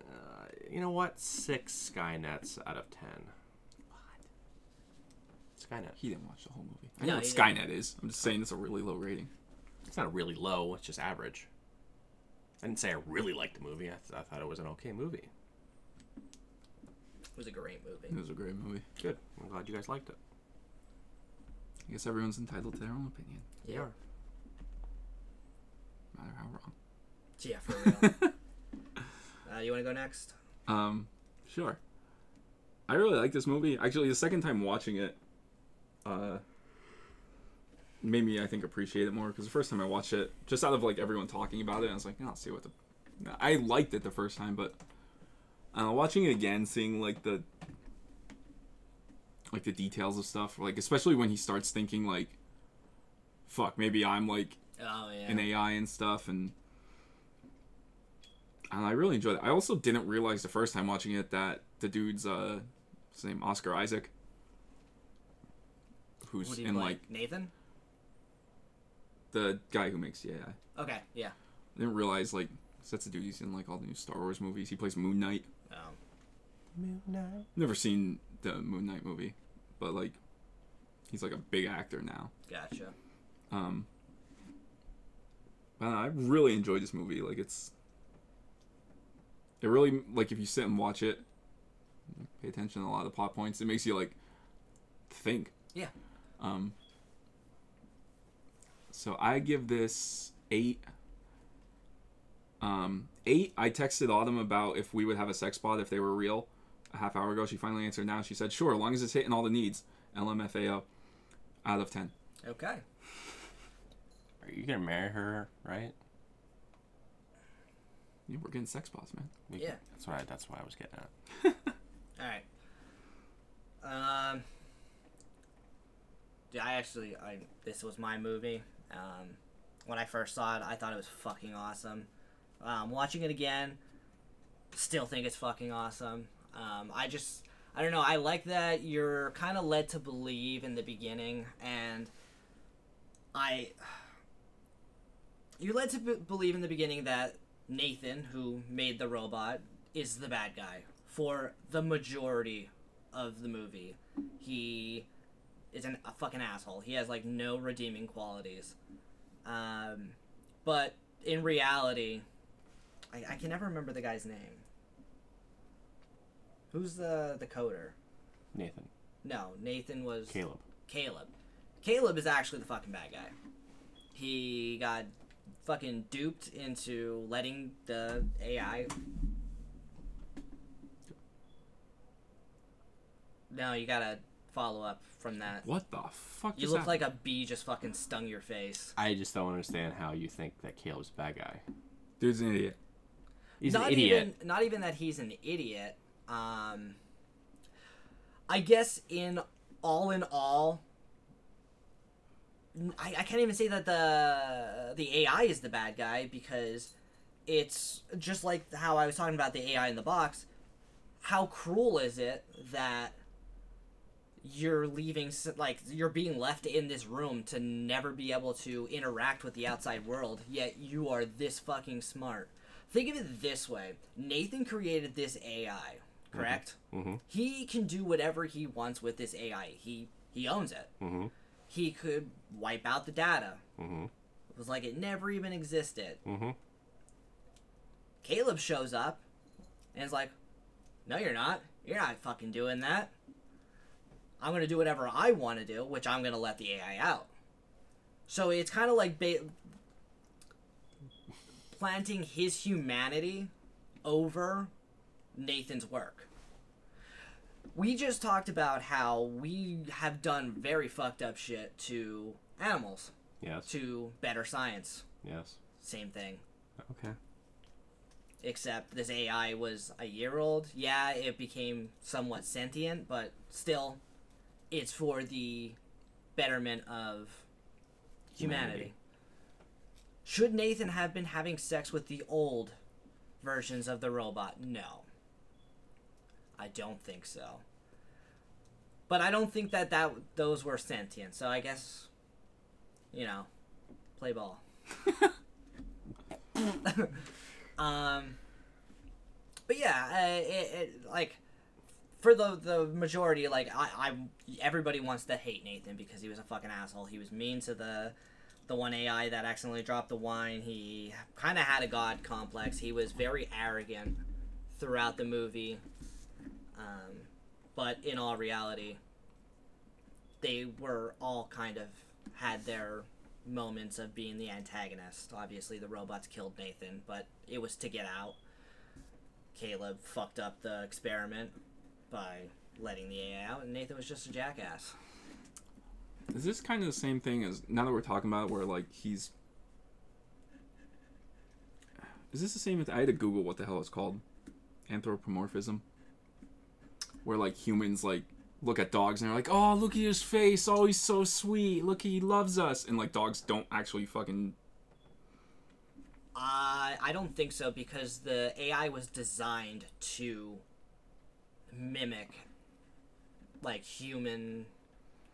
B: uh, you know what? Six Skynets out of ten. Skynet.
D: He didn't watch the whole movie. I
A: No,
D: know what
A: he
D: Skynet is. I'm just saying it's a really low rating.
B: It's not really low. It's just average. I didn't say I really liked the movie. I, th- I thought it was an okay movie.
A: It was a great movie.
B: Mm.
D: It was a great movie.
B: Good. I'm glad you guys liked it.
D: I guess everyone's entitled to their own opinion,
A: Yeah.
D: no matter how wrong.
A: Yeah, for real. uh, you want to go next?
D: Um, sure. I really like this movie. Actually, the second time watching it, uh, made me I think appreciate it more because the first time I watched it, just out of like everyone talking about it, I was like, "Yeah, I'll see what the. I liked it the first time, but uh, watching it again, seeing like the like the details of stuff, like especially when he starts thinking like, "Fuck, maybe I'm like
A: Oh yeah.
D: and AI and stuff, and I, don't know, I really enjoyed it. I also didn't realize the first time watching it that the dude's uh, his name Oscar Isaac,
A: What
D: who's
A: do you
D: in
A: play?
D: like
A: Nathan?
D: the guy who makes yeah, I
A: Okay, yeah.
D: didn't realize like 'cause that's the dude he's in like all the new Star Wars movies. He plays Moon Knight.
A: Um,
D: Never seen the Moon Knight movie, but like he's like a big actor now.
A: gotcha.
D: Um, I don't know, I really enjoyed this movie. Like it's, it really like if you sit and watch it, pay attention to a lot of the plot points. It makes you like think.
A: Yeah.
D: Um. So I give this eight. Um, eight. I texted Autumn about if we would have a sex bot if they were real. A half hour ago, she finally answered. Now she said, "Sure, as long as it's hitting all the needs." LMFAO, out of ten.
A: Okay.
B: Are you gonna marry her? Right?
D: Yeah, we're getting sex bots, man.
B: We-
A: Yeah.
B: That's what I, that's what I was getting at.
A: All right. Um. Yeah, I actually, I this was my movie. Um, when I first saw it, I thought it was fucking awesome. Um, watching it again, still think it's fucking awesome. Um, I just, I don't know. I like that you're kind of led to believe in the beginning, and I, you're led to b- believe in the beginning that Nathan, who made the robot, is the bad guy for the majority of the movie. He is an, a fucking asshole. He has like no redeeming qualities. Um, but in reality, I, I can never remember the guy's name. Who's the the coder?
B: Nathan,
A: No, Nathan was
B: Caleb.
A: Caleb. Caleb is actually the fucking bad guy. He got fucking duped into letting the AI. No, you gotta follow up from that.
D: What the fuck?
A: You
D: just
A: look
D: happened?
A: like a bee just fucking stung your face.
B: I just don't understand how you think that Caleb's a bad guy.
D: dude's an idiot.
B: He's
A: not
B: an idiot.
A: even not even that he's an idiot. Um, I guess in all in all, n- I, I can't even say that the the AI is the bad guy because it's just like how I was talking about the AI in the box. How cruel is it that you're leaving s- like you're being left in this room to never be able to interact with the outside world yet you are this fucking smart think of it this way nathan created this ai correct
B: Mhm.
A: he can do whatever he wants with this ai he he owns it
B: Mhm.
A: he could wipe out the data
B: Mhm.
A: it was like it never even existed
B: Mhm.
A: caleb shows up and is like no you're not you're not fucking doing that I'm gonna do whatever I want to do, which I'm gonna let the AI out. So it's kind of like ba- planting his humanity over Nathan's work. We just talked about how we have done very fucked up shit to animals,
C: Yes.
A: to better science.
C: Yes.
A: Same thing.
C: Okay.
A: Except this AI was a year old. Yeah, it became somewhat sentient, but still, it's for the betterment of
C: Humanity.
A: humanity. Should Nathan have been having sex with the old versions of the robot? No. I don't think so. But I don't think that, that those were sentient, so I guess, you know, play ball. um, but yeah, uh, it, it, like for the the majority, like I, I everybody wants to hate Nathan because he was a fucking asshole. He was mean to the the one AI that accidentally dropped the wine. He kind of had a god complex. He was very arrogant throughout the movie. Um, but in all reality, they were all kind of had their moments of being the antagonist. Obviously, the robots killed Nathan, but it was to get out. Caleb fucked up the experiment by letting the AI out, and Nathan was just a jackass.
D: Is this kind of the same thing as now that we're talking about it, where like he's? Is this the same? As, I had to Google what the hell it's called, anthropomorphism. Where like humans like look at dogs and they're like, "Oh, look at his face! Oh, he's so sweet! Look, he loves us!" And like dogs don't actually fucking.
A: Uh, I don't think so because the AI was designed to mimic like human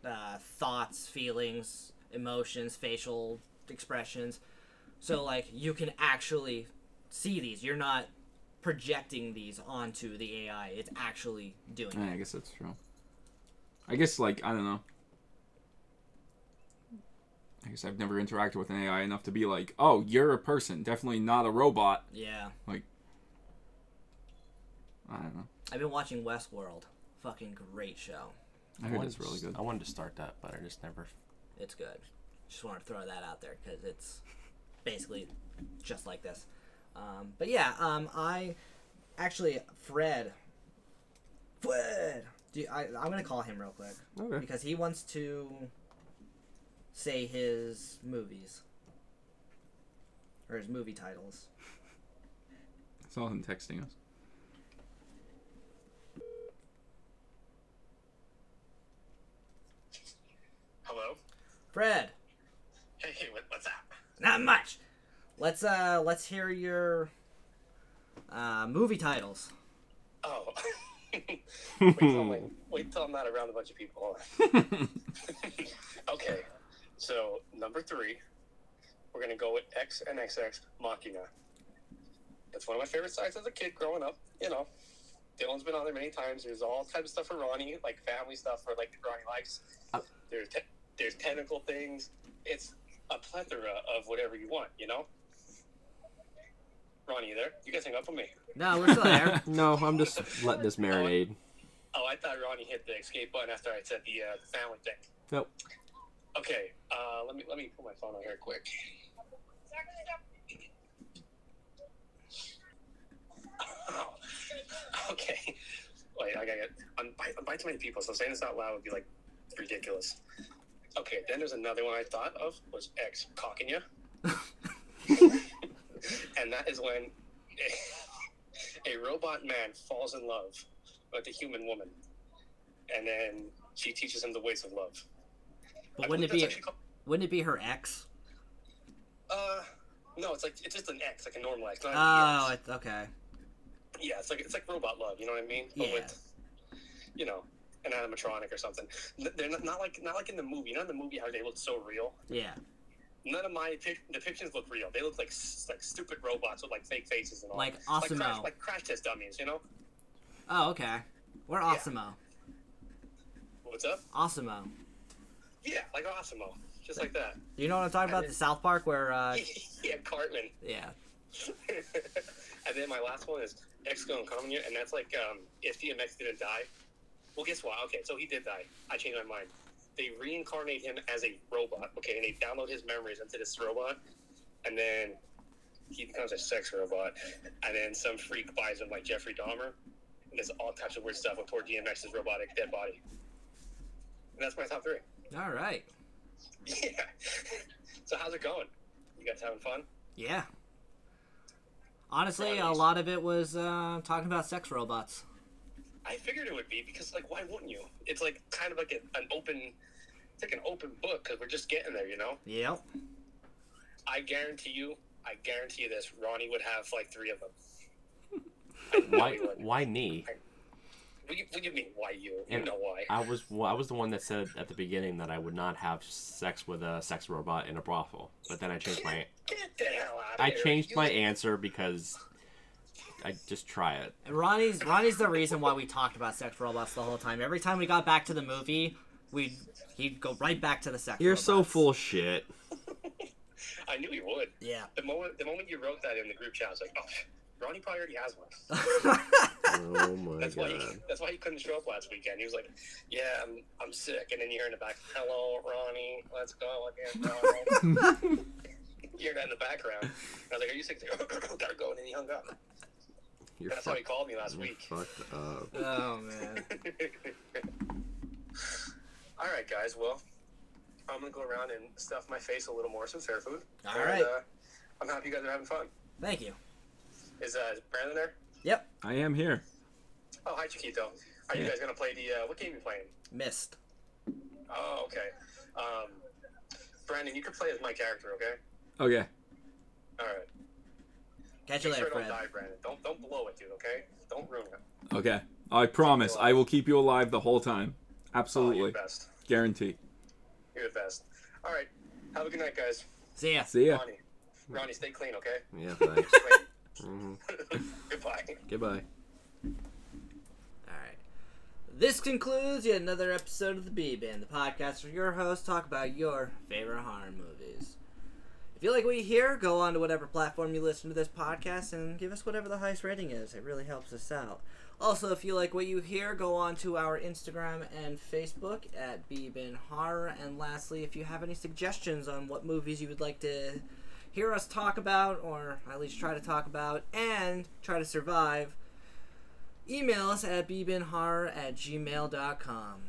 A: uh, thoughts, feelings, emotions, facial expressions. So like you can actually see these. You're not projecting these onto the AI. It's actually doing
D: Yeah, I
A: it.
D: guess that's true. I guess like I don't know. I guess I've never interacted with an AI enough to be like, "Oh, you're a person, definitely not a robot."
A: Yeah.
D: I don't know.
A: I've been watching Westworld. Fucking great show.
D: I heard it's really good.
F: I wanted to start that, but I just never.
A: It's good. Just want to throw that out there because it's basically just like this. Um, but yeah, um, I actually Fred. Fred. Do you- I, I'm gonna call him real quick
C: Okay.
A: because he wants to say his movies or his movie titles.
D: I saw him texting us.
K: Hello.
A: Fred,
K: Hey, what, what's up?
A: not much. Let's uh let's hear your uh, movie titles.
K: Oh. wait, till I'm, like, wait till I'm not around a bunch of people. okay. So number three, we're gonna go with X and XX Machina. That's one of my favorite sites as a kid growing up. You know, Dylan's been on there many times. There's all types of stuff for Ronnie, like family stuff for like Ronnie likes. There's te- there's tentacle things. It's a plethora of whatever you want. You know. Ronnie, you there? You guys hang up on me.
A: No, we're still there.
C: No, I'm just letting this marinade.
K: Oh, I thought Ronnie hit the escape button after I said the, uh, the family thing.
C: Nope.
K: Okay, uh, let me let me pull my phone out here quick. okay. Wait, I gotta get. I'm by, I'm by too many people, so saying this out loud would be like ridiculous. Okay, then there's another one I thought of was X cocking you, and that is when a, a robot man falls in love with a human woman, and then she teaches him the ways of love. I
A: But wouldn't it
K: believe
A: be
K: that's actually called-
A: wouldn't it be her ex?
K: Uh, no, it's like it's just an X, like a normal X. Not an
A: Oh,
K: EX.
A: it's okay.
K: yeah, it's like it's like robot love. You know what I mean? But
A: Yeah.
K: with you know an animatronic or something. N- They're not, not like not like in the movie. You know, in the movie how they look so real.
A: Yeah.
K: None of my pic- depictions look real. They look like s- like stupid robots with like fake faces and all.
A: Like
K: Like crash,
A: Osimo.
K: like crash test dummies. You know?
A: Oh, okay. We're Osimo.
K: What's up?
A: Osimo.
K: Yeah, like Osimo, just like that.
A: You know what I'm talking about? The South Park where, uh,
K: yeah, Cartman.
A: yeah.
K: and then my last one is Exco and Communia, and that's like um, if DMX didn't die. Well, guess what? Okay, so he did die. I changed my mind. They reincarnate him as a robot, okay, and they download his memories into this robot, and then he becomes a sex robot, and then some freak buys him like Jeffrey Dahmer, and there's all types of weird stuff with poor DMX's robotic dead body. And that's my top three.
A: All right.
K: Yeah. so how's it going? You guys having fun?
A: Yeah. Honestly, a
K: Priorities.
A: lot of it was uh, talking about sex robots.
K: I figured it would be because like why wouldn't you? It's like kind of like a, an open, it's like an open book because we're just getting there, you know.
A: Yep.
K: I guarantee you, I guarantee you this, Ronnie would have like three of them.
F: Why? Why me?
K: What do you, what do you mean? Why you? You
F: And
K: know why?
F: I was well, I was the one that said at the beginning that I would not have sex with a sex robot in a brothel, but then I changed my
K: Get the hell out of
F: I
K: here.
F: changed
K: You-
F: my answer because I just try it.
A: And Ronnie's Ronnie's the reason why we talked about sex robots the whole time. Every time we got back to the movie, we he'd go right back to the sex.
C: You're so
A: robots.
C: full of shit.
K: I knew you would.
A: Yeah.
K: The moment the moment you wrote that in the group chat, I was like, oh, Ronnie probably already has one.
C: Oh my
K: That's why. He,
C: god.
K: that's why he couldn't show up last weekend. He was like, "Yeah, I'm, I'm sick," and then you hear in the back, "Hello, Ronnie, let's go again." Ronnie." you hear that in the background. And I was like, "Are you sick?" He's like, Gotta go, and then he hung up.
C: You're
K: That's how he
C: fucked,
K: called me last
C: you're
K: week.
C: fucked up.
A: oh man.
K: All right, guys. Well, I'm gonna go around and stuff my face a little more some fair food.
A: All
K: And,
A: right.
K: Uh, I'm happy you guys are having fun.
A: Thank you.
K: Is, uh, is Brandon there?
A: Yep.
C: I am here.
K: Oh, hi, Chiquito. Are you guys gonna play the? Uh, what game you playing?
A: Missed.
K: Oh, okay. Um, Brandon, you can play as my character, okay?
D: Okay.
K: All right.
A: Catch you
K: Make
A: later,
K: sure I
A: Fred.
K: don't die, Brandon. Don't don't blow it, dude. Okay? Don't ruin it.
D: Okay. I promise I will keep you alive the whole time.
K: Oh, you're
D: Absolutely.
K: the best.
D: Guarantee.
K: You're the best. All right. Have a good night, guys.
A: See ya.
D: See ya.
K: Ronnie, Ronnie, stay clean, okay?
C: Yeah, thanks.
K: Wait.
C: Mhm.
K: Goodbye.
C: Goodbye.
A: All right. This concludes yet another episode of the B Band, the podcast where your hosts talk about your favorite horror movies. If you like what you hear, go on to whatever platform you listen to this podcast and give us whatever the highest rating is. It really helps us out. Also, if you like what you hear, go on to our Instagram and Facebook at Beebin Horror. And lastly, if you have any suggestions on what movies you would like to hear us talk about, or at least try to talk about, and try to survive, email us at bbinhorror at gmail.com.